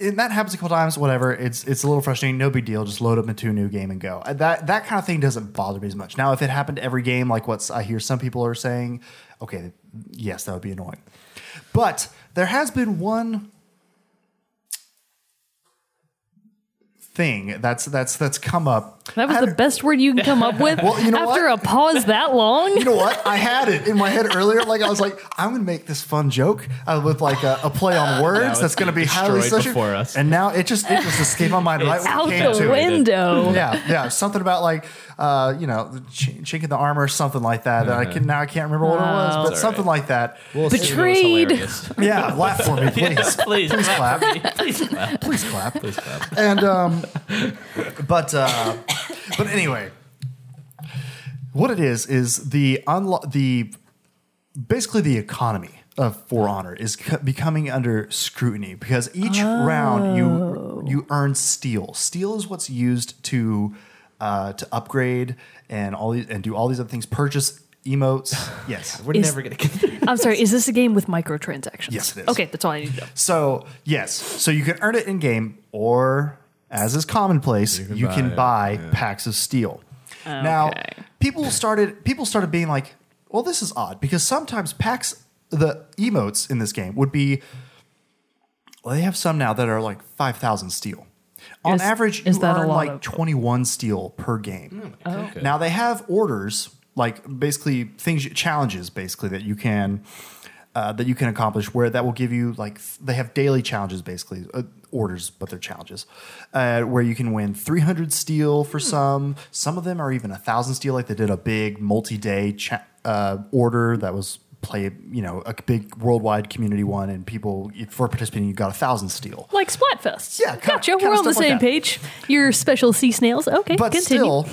Speaker 1: and that happens a couple times. Whatever, it's it's a little frustrating. No big deal. Just load up into a new game and go. Uh, That that kind of thing doesn't bother me as much. Now, if it happened to every game, like what's I hear some people are saying, okay, yes, that would be annoying. But there has been one thing that's that's that's come up.
Speaker 2: That was
Speaker 1: I
Speaker 2: the
Speaker 1: had-
Speaker 2: best word you can come up
Speaker 1: [LAUGHS]
Speaker 2: with
Speaker 1: Well, you know
Speaker 2: after
Speaker 1: what?
Speaker 2: a pause that
Speaker 1: [LAUGHS]
Speaker 2: long.
Speaker 1: you know what? I had it in my head earlier. Like I was like, I'm gonna make this fun joke uh, with like a, a play on words
Speaker 3: it's
Speaker 1: that's gonna be highly
Speaker 3: destroyed
Speaker 1: social.
Speaker 3: before us.
Speaker 1: And now it just it just escaped my mind right
Speaker 3: It's
Speaker 1: when
Speaker 2: out
Speaker 1: it came
Speaker 2: the
Speaker 1: to it.
Speaker 2: window.
Speaker 1: Yeah, yeah, something about like uh, you know, the ch- chink in the armor or something like that.
Speaker 3: Uh-huh.
Speaker 1: That I can now I can't remember what it
Speaker 2: Wow.
Speaker 1: was, but
Speaker 3: It's all
Speaker 1: something like that.
Speaker 3: We'll see. That was
Speaker 2: Betrayed. [LAUGHS]
Speaker 3: hilarious.
Speaker 1: Yeah, laugh for me,
Speaker 3: [LAUGHS]
Speaker 1: please.
Speaker 3: Please, please
Speaker 1: clap.
Speaker 3: Please clap.
Speaker 1: Please clap.
Speaker 3: Please clap.
Speaker 1: [LAUGHS] and um, but uh, but anyway, what it is is the unlo- the basically the economy of For Honor is c- becoming under scrutiny because each round you you earn steel. Steel is what's used to uh, to upgrade and all these and do all these other things. Purchase emotes. Yes.
Speaker 3: We're
Speaker 2: Is-
Speaker 3: never going to
Speaker 2: [LAUGHS]
Speaker 3: get
Speaker 2: I'm sorry. Is this a game with microtransactions?
Speaker 1: Yes, it is.
Speaker 2: Okay, that's all I need to know.
Speaker 1: So yes, so you can earn it in game, or as is commonplace, you can buy, packs of steel. Now,
Speaker 2: Okay.
Speaker 1: people started people started being like, "Well, this is odd," because sometimes packs the emotes in this game would be. Well, they have some now that are like five thousand steel. On
Speaker 2: Is-
Speaker 1: average, you
Speaker 2: is that a
Speaker 1: earn
Speaker 2: lot
Speaker 1: like
Speaker 2: of- Oh.
Speaker 1: twenty one steel per game.
Speaker 3: Okay.
Speaker 1: Now they have orders, like basically things, challenges, basically that you can uh, that you can accomplish, where that will give you like th- they have daily challenges, basically uh, orders, but they're challenges, uh, where you can win 300 steel for some. Some of them are even a thousand steel. Like they did a big multi-day cha- uh, order that was play, you know, a big worldwide community one, and people for participating, you got a thousand steel.
Speaker 2: Like Splatfest.
Speaker 1: Yeah, kinda-
Speaker 2: gotcha.
Speaker 1: kinda
Speaker 2: We're on the
Speaker 1: stuff like
Speaker 2: same
Speaker 1: that.
Speaker 2: page. Your special sea snails. Okay,
Speaker 1: but
Speaker 2: continue.
Speaker 1: still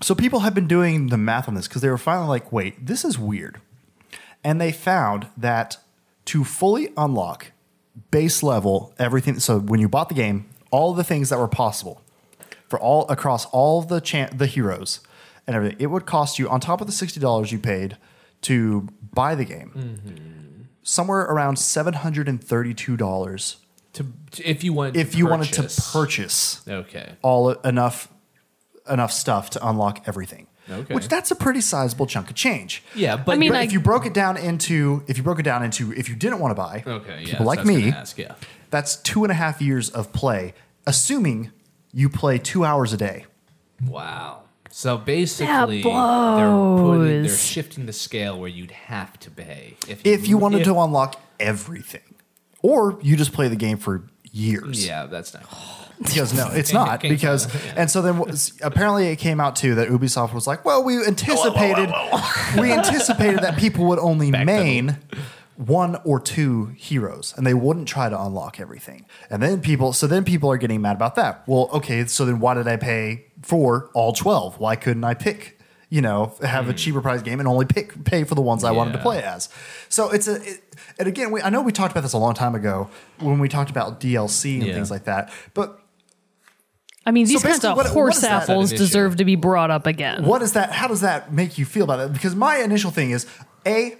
Speaker 1: so people have been doing the math on this because they were finally like wait this is weird and they found that to fully unlock base level everything so when you bought the game all the things that were possible for all across all the chan- the heroes and everything it would cost you on top of the $60 you paid to buy the game somewhere around $732
Speaker 3: To, if you wanted,
Speaker 1: if
Speaker 3: to
Speaker 1: you wanted
Speaker 3: purchase.
Speaker 1: to purchase
Speaker 3: Okay.
Speaker 1: all enough enough stuff to unlock everything.
Speaker 3: Okay.
Speaker 1: Which that's a pretty sizable chunk of change.
Speaker 3: Yeah, but
Speaker 2: I mean,
Speaker 1: But
Speaker 2: I-
Speaker 1: if you broke it down into if you broke it down into if you didn't want to buy
Speaker 3: okay, yeah,
Speaker 1: people
Speaker 3: so I
Speaker 1: like
Speaker 3: was gonna
Speaker 1: me,
Speaker 3: Ask, yeah.
Speaker 1: that's two and a half years of play, assuming you play two hours a day.
Speaker 3: Wow. So basically, they're putting, they're
Speaker 2: blows.
Speaker 3: shifting the scale where you'd have to pay if
Speaker 1: If you wanted to unlock everything. Or you just play the game for years.
Speaker 3: Yeah, that's not.
Speaker 1: Because no, it's not.
Speaker 3: King [LAUGHS]
Speaker 1: Because and so then was- apparently it came out too that Ubisoft was like, well, we anticipated we anticipated that people would only main one or two heroes and they wouldn't try to unlock everything. And then people so then people are getting mad about that. Well, okay, so then why did I pay for all 12? Why couldn't I pick you know, have a cheaper price game and only pick pay for the ones I wanted to
Speaker 3: Hmm. Yeah.
Speaker 1: play as. So it's a, it, and again, we, I know we talked about this a long time ago when we talked about DLC and
Speaker 3: Yeah.
Speaker 1: things like that. But
Speaker 2: I mean, these kinds
Speaker 1: basically,
Speaker 2: of
Speaker 1: what- what
Speaker 2: horse
Speaker 1: is that?
Speaker 2: apples
Speaker 3: That an issue?
Speaker 2: deserve to be brought up
Speaker 1: [LAUGHS]
Speaker 2: again.
Speaker 1: what is that? How does that make you feel about it? Because my initial thing is a,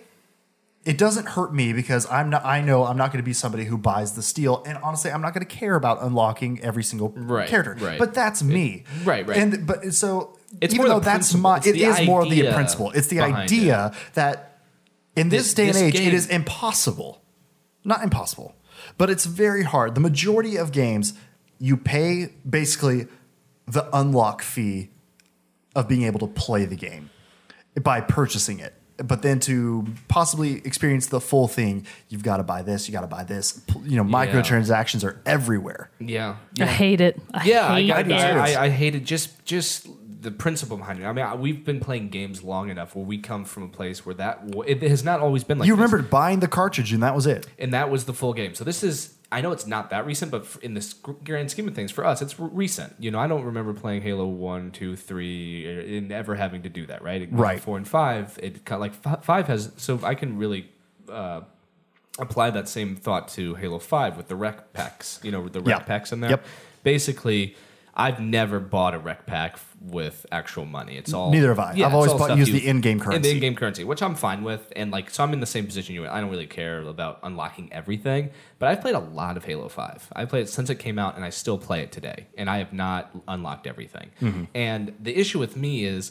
Speaker 1: it doesn't hurt me because I'm not. I know I'm not going to be somebody who buys the steel, and honestly, I'm not going to care about unlocking every single
Speaker 3: Right,
Speaker 1: character.
Speaker 3: right.
Speaker 1: But that's me.
Speaker 3: right, right.
Speaker 1: And but so
Speaker 3: It's
Speaker 1: even
Speaker 3: more
Speaker 1: though
Speaker 3: the
Speaker 1: that's
Speaker 3: principle.
Speaker 1: my,
Speaker 3: It's
Speaker 1: it
Speaker 3: the
Speaker 1: is more of the
Speaker 3: idea
Speaker 1: principle. It's the
Speaker 3: behind
Speaker 1: idea that in this,
Speaker 3: This-
Speaker 1: day and
Speaker 3: this
Speaker 1: age, it
Speaker 3: game-
Speaker 1: is impossible. Not impossible, but it's very hard. The majority of games, you pay basically the unlock fee of being able to play the game by purchasing it. But then to possibly experience the full thing, you've got to buy this, you got to buy this. P- You know, microtransactions are everywhere.
Speaker 3: Yeah.
Speaker 2: I hate it. I
Speaker 3: Yeah, I,
Speaker 2: hate
Speaker 3: I,
Speaker 2: it.
Speaker 3: I, I, I hate it. Just just the principle behind it. I mean, I, we've been playing games long enough where we come from a place where that w- it has not always been like.
Speaker 1: You
Speaker 3: this.
Speaker 1: remembered buying the cartridge and that was it.
Speaker 3: and that was the full game. So this is. I know it's not that recent, but f- in the sc- grand scheme of things, for us, it's r- recent. You know, I don't remember playing Halo 1, 2, 3, er, and ever having to do that, right?
Speaker 1: Right.
Speaker 3: 4 and 5, it kind of like f- 5 has, so I can really uh, apply that same thought to Halo 5 with the rec packs, you know, with the rec
Speaker 1: Yeah.
Speaker 3: packs in there.
Speaker 1: Yep.
Speaker 3: Basically, I've never bought a rec pack f- with actual money. It's all
Speaker 1: Neither have I. I've
Speaker 3: it's
Speaker 1: always
Speaker 3: all
Speaker 1: bought-
Speaker 3: stuff
Speaker 1: used
Speaker 3: you-
Speaker 1: the in-game currency.
Speaker 3: the in-game currency, which I'm fine with, and like so I'm in the same position you. are. I don't really care about unlocking everything, but I've played a lot of Halo Five. I played it since it came out, and I still play it today, and I have not unlocked everything.
Speaker 1: Mm-hmm.
Speaker 3: And the issue with me is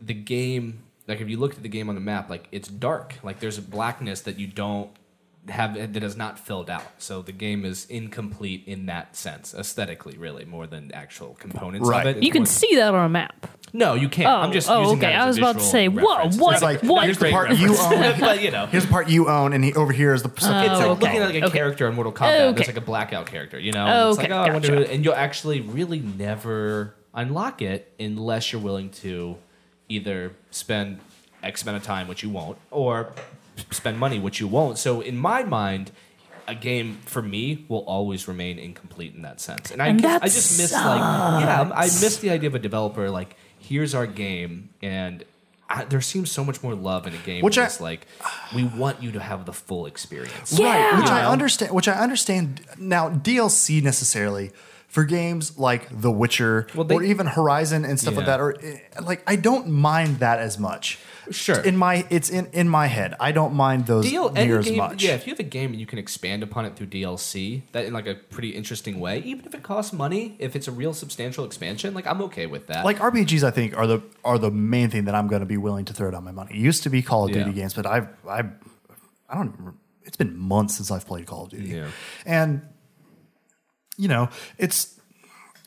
Speaker 3: the game like if you looked at the game on the map like it's dark like there's a blackness that you don't have that is not filled out so the game is incomplete in that sense aesthetically really more than actual components
Speaker 1: Right.
Speaker 3: of it
Speaker 2: you can
Speaker 3: It's
Speaker 2: see that on a map.
Speaker 3: more- no you can't i'm
Speaker 2: Oh,
Speaker 3: just
Speaker 2: oh,
Speaker 3: using
Speaker 2: okay.
Speaker 3: that as
Speaker 2: I
Speaker 3: a
Speaker 2: was about to
Speaker 3: visual
Speaker 2: say, whoa,
Speaker 3: reference.
Speaker 2: what-
Speaker 1: It's like,
Speaker 2: what-
Speaker 1: here's the
Speaker 3: Great
Speaker 1: part you
Speaker 3: reference.
Speaker 1: own.
Speaker 3: [LAUGHS] but you know
Speaker 1: Here's the part you own, and he, over here is the stuff
Speaker 3: it's
Speaker 1: that's
Speaker 2: Oh,
Speaker 3: like
Speaker 2: okay.
Speaker 3: looking at like a
Speaker 2: Okay.
Speaker 3: character in Mortal Kombat.
Speaker 2: Okay.
Speaker 3: There's like a blackout character, you know. It's like,
Speaker 2: Okay,
Speaker 3: oh, I wonder who-
Speaker 2: gotcha.
Speaker 3: and you'll actually really never unlock it unless you're willing to either spend X amount of time, which you won't, or spend money, which you won't. So in my mind, a game for me will always remain incomplete in that sense, and I
Speaker 2: And
Speaker 3: guess-
Speaker 2: that
Speaker 3: I just miss like yeah, I miss the idea of a developer like here's our game and. I, there seems so much more love in a game.
Speaker 1: Which
Speaker 3: where
Speaker 1: I-
Speaker 3: it's like, we want you to have the full experience.
Speaker 1: Right,
Speaker 2: Yeah.
Speaker 1: which I understand. Which I understand now. DLC necessarily for games like The Witcher
Speaker 3: Well, they-
Speaker 1: or even Horizon and stuff like
Speaker 3: Yeah.
Speaker 1: that. Or eh, like, I don't mind that as much.
Speaker 3: Sure.
Speaker 1: in my it's in in my head. I don't mind those
Speaker 3: DL, any
Speaker 1: near as
Speaker 3: game,
Speaker 1: much.
Speaker 3: Yeah, if you have a game and you can expand upon it through DLC, that in like a pretty interesting way, even if it costs money, if it's a real substantial expansion, like I'm okay with that.
Speaker 1: like RPGs, I think are the are the main thing that I'm going to be willing to throw down my money. It used to be Call of
Speaker 3: Yeah.
Speaker 1: Duty games, but I've I I don't. Even, rem- it's been months since I've played Call of Duty,
Speaker 3: Yeah.
Speaker 1: and you know it's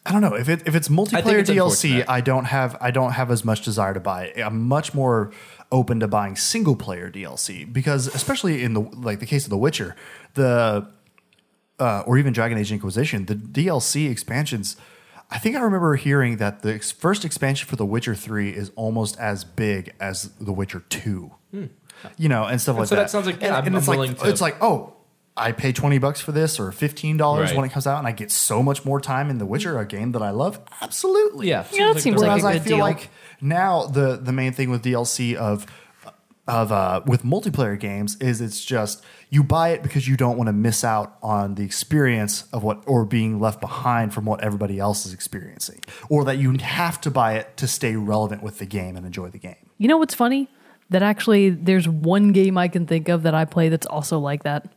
Speaker 1: I don't know if it if it's multiplayer
Speaker 3: it's
Speaker 1: DLC,
Speaker 3: unfortunate.
Speaker 1: I don't have I don't have as much desire to buy. it. I'm much more open to buying single player DLC because especially in the like the case of The Witcher, the uh, or even Dragon Age Inquisition, the DLC expansions. I think I remember hearing that the ex- first expansion for The Witcher Three is almost as big as The Witcher Two, you know, and stuff like
Speaker 3: Hmm. so
Speaker 1: that.
Speaker 3: that sounds like, yeah,
Speaker 1: and,
Speaker 3: I'm-
Speaker 1: and
Speaker 3: I'm
Speaker 1: it's
Speaker 3: willing
Speaker 1: like
Speaker 3: to-
Speaker 1: it's like oh, I pay twenty bucks for this or fifteen dollars
Speaker 3: Right.
Speaker 1: when it comes out, and I get so much more time in The Witcher, a game that I love. Absolutely,
Speaker 3: yeah,
Speaker 2: Yeah, that seems
Speaker 3: they're-
Speaker 2: like
Speaker 1: Whereas
Speaker 2: a
Speaker 1: I
Speaker 2: good
Speaker 1: feel
Speaker 2: deal.
Speaker 1: like now the the main thing with DLC of of uh, with multiplayer games is it's just you buy it because you don't want to miss out on the experience of what or being left behind from what everybody else is experiencing, or that you have to buy it to stay relevant with the game and enjoy the game.
Speaker 2: You know what's funny? That actually, there's one game I can think of that I play that's also like that.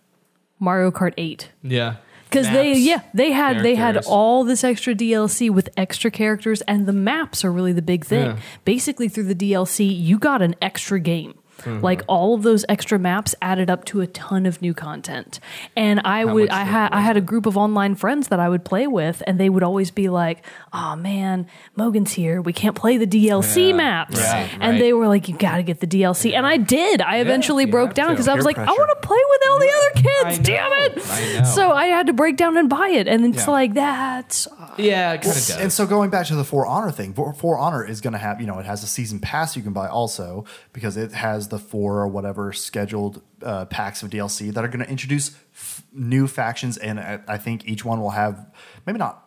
Speaker 2: Mario Kart 8.
Speaker 3: yeah.
Speaker 2: Because they,
Speaker 3: Maps.
Speaker 2: yeah, they had they had
Speaker 3: Characters.
Speaker 2: all this extra DLC with extra characters, and the maps are really the big thing.
Speaker 3: Yeah.
Speaker 2: Basically, through the DLC, you got an extra game.
Speaker 3: Mm-hmm.
Speaker 2: Like all of those extra maps added up to a ton of new content, and I would
Speaker 3: much
Speaker 2: I had I had a group of online friends that I would play with, and they would always be like, "Oh man, Mogan's here. We can't play the DLC
Speaker 3: Yeah.
Speaker 2: maps,"
Speaker 3: Right,
Speaker 2: and
Speaker 3: right.
Speaker 2: they were like, "You got to get the DLC," and I did. I eventually
Speaker 3: you
Speaker 2: broke
Speaker 3: have
Speaker 2: down
Speaker 3: to.
Speaker 2: because I
Speaker 1: Peer
Speaker 2: was like, "I
Speaker 1: pressure.
Speaker 2: want to play with all the other kids."
Speaker 3: I
Speaker 2: Damn
Speaker 3: know.
Speaker 2: it!
Speaker 3: I know.
Speaker 2: So I had to break down and buy it, and it's
Speaker 1: Yeah.
Speaker 2: like that's
Speaker 3: Yeah, it kind of
Speaker 1: And
Speaker 3: does.
Speaker 1: so going back to the For Honor thing, For, For Honor is going to have, you know, it has a season pass you can buy also because it has the four or whatever scheduled uh, packs of DLC that are going to introduce f- new factions. And I, I think each one will have maybe not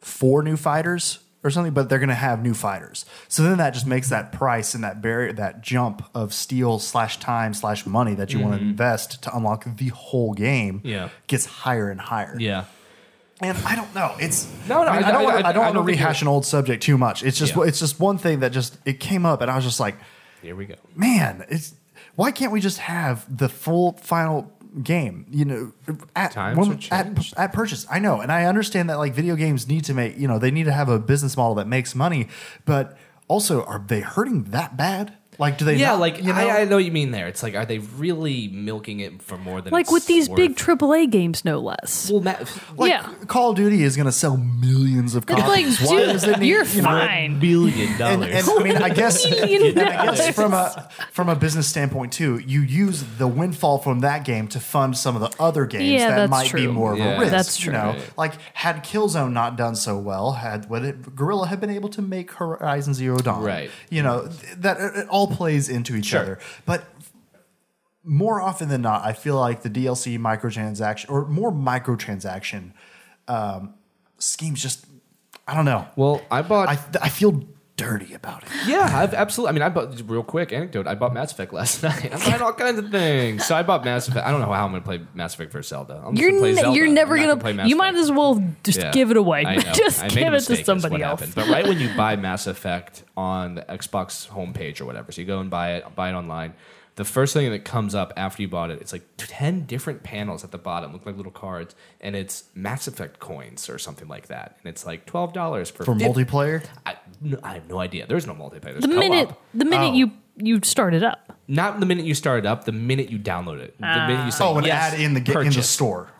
Speaker 1: four new fighters or something, but they're going to have new fighters. So then that just makes that price and that barrier, that jump of steel slash time slash money that you want to invest to unlock the whole game
Speaker 3: Mm-hmm. Yeah.
Speaker 1: gets higher and higher.
Speaker 3: Yeah.
Speaker 1: And I don't know. It's
Speaker 3: No, no,
Speaker 1: I, mean,
Speaker 3: I-
Speaker 1: I don't.
Speaker 3: I-
Speaker 1: wanna-
Speaker 3: I-
Speaker 1: I,
Speaker 3: I
Speaker 1: don't want to
Speaker 3: don't think
Speaker 1: rehash an old subject too much. It's just.
Speaker 3: Yeah.
Speaker 1: It's just one thing that just it came up, and I was just like,
Speaker 3: Here we go.
Speaker 1: man, it's why can't we just have the full final game? You know, at
Speaker 3: Times are
Speaker 1: at,
Speaker 3: changed.
Speaker 1: at purchase. I know, and I understand that like video games need to make. You know, they need to have a business model that makes money, but also, are they hurting that bad? Like, do they?
Speaker 3: Yeah,
Speaker 1: not-
Speaker 3: like
Speaker 1: you know,
Speaker 3: I, I know what you mean there. It's like, are they really milking it for more than
Speaker 2: like
Speaker 3: it's
Speaker 2: with these
Speaker 3: worth?
Speaker 2: big AAA games, no
Speaker 3: [LAUGHS]
Speaker 2: less.
Speaker 3: Well, Matt,
Speaker 1: like,
Speaker 2: yeah.
Speaker 1: Call of Duty is going to sell millions of
Speaker 2: It's
Speaker 1: copies.
Speaker 2: like,
Speaker 1: Why does it
Speaker 2: dude,
Speaker 1: need-
Speaker 2: you're
Speaker 1: you know,
Speaker 2: fine.
Speaker 3: billion
Speaker 1: and,
Speaker 3: dollars.
Speaker 1: and I mean, I
Speaker 2: [LAUGHS]
Speaker 1: guess,
Speaker 2: Million
Speaker 1: and I guess
Speaker 2: dollars.
Speaker 1: from a from a business standpoint too, you use the windfall from that game to fund some of the other games
Speaker 2: Yeah,
Speaker 1: that
Speaker 2: that's
Speaker 1: might be
Speaker 2: true.
Speaker 1: more of
Speaker 3: Yeah.
Speaker 1: a risk.
Speaker 2: That's
Speaker 1: You
Speaker 2: true.
Speaker 1: know,
Speaker 3: Right.
Speaker 1: like had Killzone not done so well, had would it, Gorilla have been able to make Horizon Zero Dawn,
Speaker 3: Right.
Speaker 1: You know, th- that it it all plays into each
Speaker 3: Sure.
Speaker 1: other, but. More often than not, I feel like the DLC microtransaction or more microtransaction um, schemes just, I don't know.
Speaker 3: well, I bought
Speaker 1: I, I feel dirty about it.
Speaker 3: Yeah, I've absolutely. I mean, I bought real quick anecdote. I bought Mass Effect last [LAUGHS] night. I'm buying all kinds of things. So I bought Mass Effect. I don't know how I'm going to play Mass Effect versus Zelda. I'm just
Speaker 2: You're
Speaker 3: gonna play
Speaker 2: ne-
Speaker 3: Zelda.
Speaker 2: you're never
Speaker 3: I'm not
Speaker 2: gonna.
Speaker 3: play Mass
Speaker 2: you might
Speaker 3: Effect.
Speaker 2: as well just
Speaker 3: Yeah,
Speaker 2: give it away.
Speaker 3: I know.
Speaker 2: [LAUGHS] just
Speaker 3: I made a
Speaker 2: give it
Speaker 3: mistake
Speaker 2: to
Speaker 3: is
Speaker 2: somebody
Speaker 3: what
Speaker 2: else.
Speaker 3: happened. But right when you buy Mass Effect on the Xbox homepage or whatever, so you go and buy it, buy it online. The first thing that comes up after you bought it, it's like ten different panels at the bottom, look like little cards, and it's Mass Effect coins or something like that, and it's like twelve dollars for
Speaker 1: for
Speaker 3: fif-
Speaker 1: multiplayer.
Speaker 3: I, no, I have no idea. There's no multiplayer. There's
Speaker 2: The minute
Speaker 3: co-op.
Speaker 2: the minute
Speaker 1: Oh.
Speaker 2: you you start it up,
Speaker 3: Not the minute you start it up, the minute you download it. The minute you say
Speaker 1: Oh, and
Speaker 3: yes,
Speaker 1: add in the ga- in the
Speaker 3: purchase.
Speaker 1: store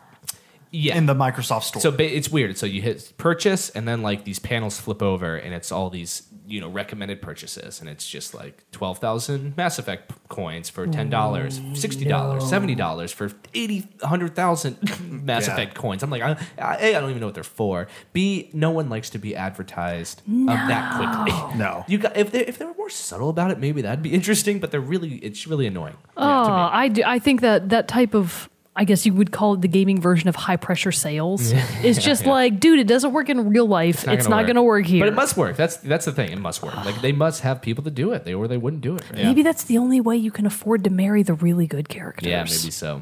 Speaker 3: Yeah.
Speaker 1: in the Microsoft store.
Speaker 3: so ba- it's weird. So you hit purchase, and then like these panels flip over, and it's all these you know recommended purchases, and it's just like twelve thousand Mass Effect p- coins for ten dollars, sixty dollars, seventy dollars for eighty, hundred thousand [LAUGHS] Mass
Speaker 1: Yeah.
Speaker 3: Effect coins. I'm like, I, I, A, I don't even know what they're for. B, no one likes to be advertised of that quickly. [LAUGHS]
Speaker 1: No.
Speaker 3: you got if they if they were more subtle about it, maybe that'd be interesting. But they're really it's really annoying.
Speaker 2: oh, I do, I think that that type of I guess you would call it the gaming version of high pressure
Speaker 3: [LAUGHS]
Speaker 2: sales. It's just like, dude, it doesn't work in real life. It's not, gonna, work. here.
Speaker 3: But it must work. That's that's the thing. It must work. Like they must have people to do it. They or they wouldn't do it. Right?
Speaker 2: Maybe that's the only way you can afford to marry the really good characters.
Speaker 3: Yeah, maybe so.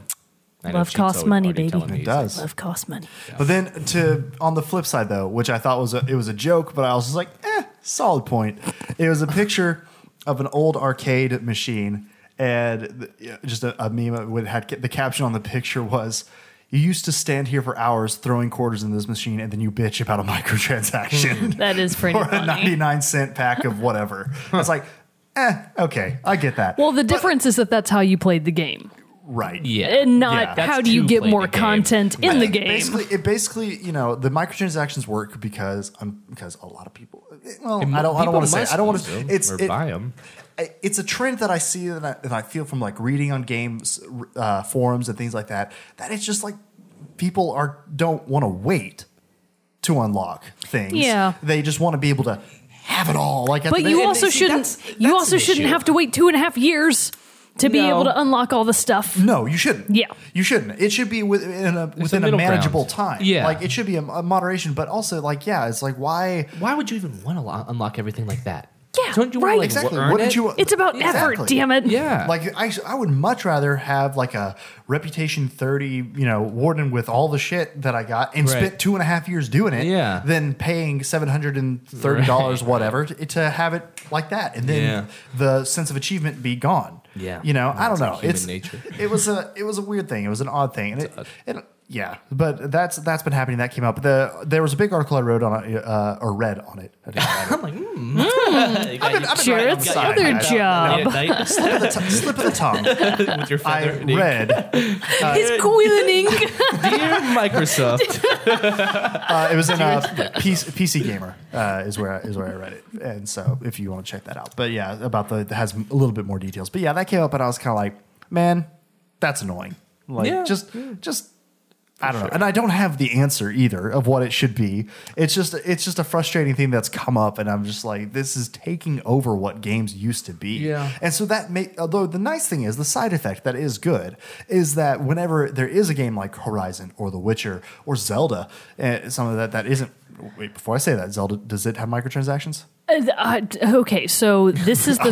Speaker 3: I know
Speaker 2: Love
Speaker 3: Cheats
Speaker 2: costs
Speaker 3: always
Speaker 2: money,
Speaker 3: already
Speaker 2: baby.
Speaker 3: telling me
Speaker 1: It
Speaker 3: he's
Speaker 1: does.
Speaker 2: Love costs money.
Speaker 1: But then to on the flip side though, which I thought was a, it was a joke, but I was just like, eh, solid point. It was a picture of an old arcade machine, and the, just a, a meme would had the caption on the picture was. You used to stand here for hours throwing quarters in this machine, and then you bitch about a [LAUGHS] microtransaction
Speaker 2: That is
Speaker 3: Hmm.
Speaker 1: [LAUGHS]
Speaker 2: pretty
Speaker 1: or a
Speaker 2: funny.
Speaker 1: ninety-nine cent pack of whatever. it's like, eh, okay, I get that.
Speaker 2: Well, the difference is that that's how you played the game,
Speaker 1: right?
Speaker 3: Yeah.
Speaker 2: and not
Speaker 3: Yeah.
Speaker 2: how
Speaker 3: That's
Speaker 2: do you
Speaker 3: to
Speaker 2: get
Speaker 3: play
Speaker 2: more
Speaker 3: the game.
Speaker 2: content in the game.
Speaker 1: Basically, it basically, you know, the microtransactions work because um, because a lot of people. Well,
Speaker 3: And
Speaker 1: I don't. I
Speaker 3: people
Speaker 1: don't want to say.
Speaker 3: must
Speaker 1: I don't want
Speaker 3: use
Speaker 1: to.
Speaker 3: them
Speaker 1: It's
Speaker 3: or
Speaker 1: it,
Speaker 3: buy 'em.
Speaker 1: I- It's a trend that I see that I, that I feel from like reading on games uh, forums and things like that. That it's just like people are don't want to wait to unlock things.
Speaker 2: Yeah.
Speaker 1: they just want to be able to have it all. Like, at
Speaker 2: but
Speaker 1: the-
Speaker 2: you
Speaker 1: and
Speaker 2: also
Speaker 1: they- see,
Speaker 2: shouldn't.
Speaker 1: that's-
Speaker 2: you
Speaker 1: that's
Speaker 2: also
Speaker 1: an
Speaker 2: shouldn't
Speaker 1: issue.
Speaker 2: have to wait two and a half years to be
Speaker 3: No.
Speaker 2: able to unlock all the stuff.
Speaker 1: No, you shouldn't.
Speaker 2: Yeah.
Speaker 1: you shouldn't. It should be within a within a,
Speaker 3: middle
Speaker 1: manageable
Speaker 3: ground.
Speaker 1: time.
Speaker 3: Yeah.
Speaker 1: like it should be a, a moderation, but also like yeah, it's like why
Speaker 3: Why would you even want to lo- unlock everything like that?
Speaker 2: Yeah,
Speaker 3: Don't you
Speaker 2: right.
Speaker 3: want to like,
Speaker 1: exactly?
Speaker 3: earn
Speaker 1: Wouldn't [LAUGHS]
Speaker 3: it?
Speaker 1: you?
Speaker 2: It's about
Speaker 1: Exactly.
Speaker 2: effort, damn it.
Speaker 3: Yeah.
Speaker 1: Like I, I would much rather have like a reputation thirty, you know, warden with all the shit that I got and
Speaker 3: Right.
Speaker 1: spent two and a half years doing it,
Speaker 3: Yeah.
Speaker 1: than paying seven hundred and thirty dollars,
Speaker 3: Right.
Speaker 1: whatever, to, to have it like that, and then
Speaker 3: Yeah.
Speaker 1: the sense of achievement be gone.
Speaker 3: Yeah.
Speaker 1: you know, I don't
Speaker 3: It's
Speaker 1: know.
Speaker 3: like human
Speaker 1: it's
Speaker 3: nature.
Speaker 1: It was a it was a weird thing. It was an odd thing, and it, it- yeah, but that's that's been happening. That came out, but the there was a big article I wrote on it, uh, or read on it. I didn't write it.
Speaker 3: I'm like, mm. I've
Speaker 1: [LAUGHS]
Speaker 3: been,
Speaker 1: I've been writing on
Speaker 2: Jared's
Speaker 1: the side.
Speaker 2: other job.
Speaker 1: Slip of the t- slip of the
Speaker 3: [LAUGHS]
Speaker 1: tongue. [LAUGHS]
Speaker 3: with your
Speaker 1: I
Speaker 3: feather. and ink.
Speaker 1: read.
Speaker 2: He's quilling.
Speaker 3: [LAUGHS] Dear
Speaker 2: [LAUGHS]
Speaker 3: Microsoft.
Speaker 1: Uh, it was in
Speaker 3: [LAUGHS]
Speaker 1: uh, PC, PC Gamer uh, is where I, is where I read it, and so if you want to check that out, but yeah, about the it has a little bit more details. But yeah, that came up, and I was kind of like, man, that's annoying. Like
Speaker 3: Yeah.
Speaker 1: just just. I don't know, and I don't have the answer either of what it should be. It's just it's just a frustrating thing that's come up, and I'm just like, this is taking over what games used to be.
Speaker 3: Yeah.
Speaker 1: And so that may, although the nice thing is the side effect that is good is that whenever there is a game like Horizon or The Witcher or Zelda, uh, some of that that isn't. Wait, before I say that, Zelda does it have microtransactions?
Speaker 2: Uh, okay, so this is the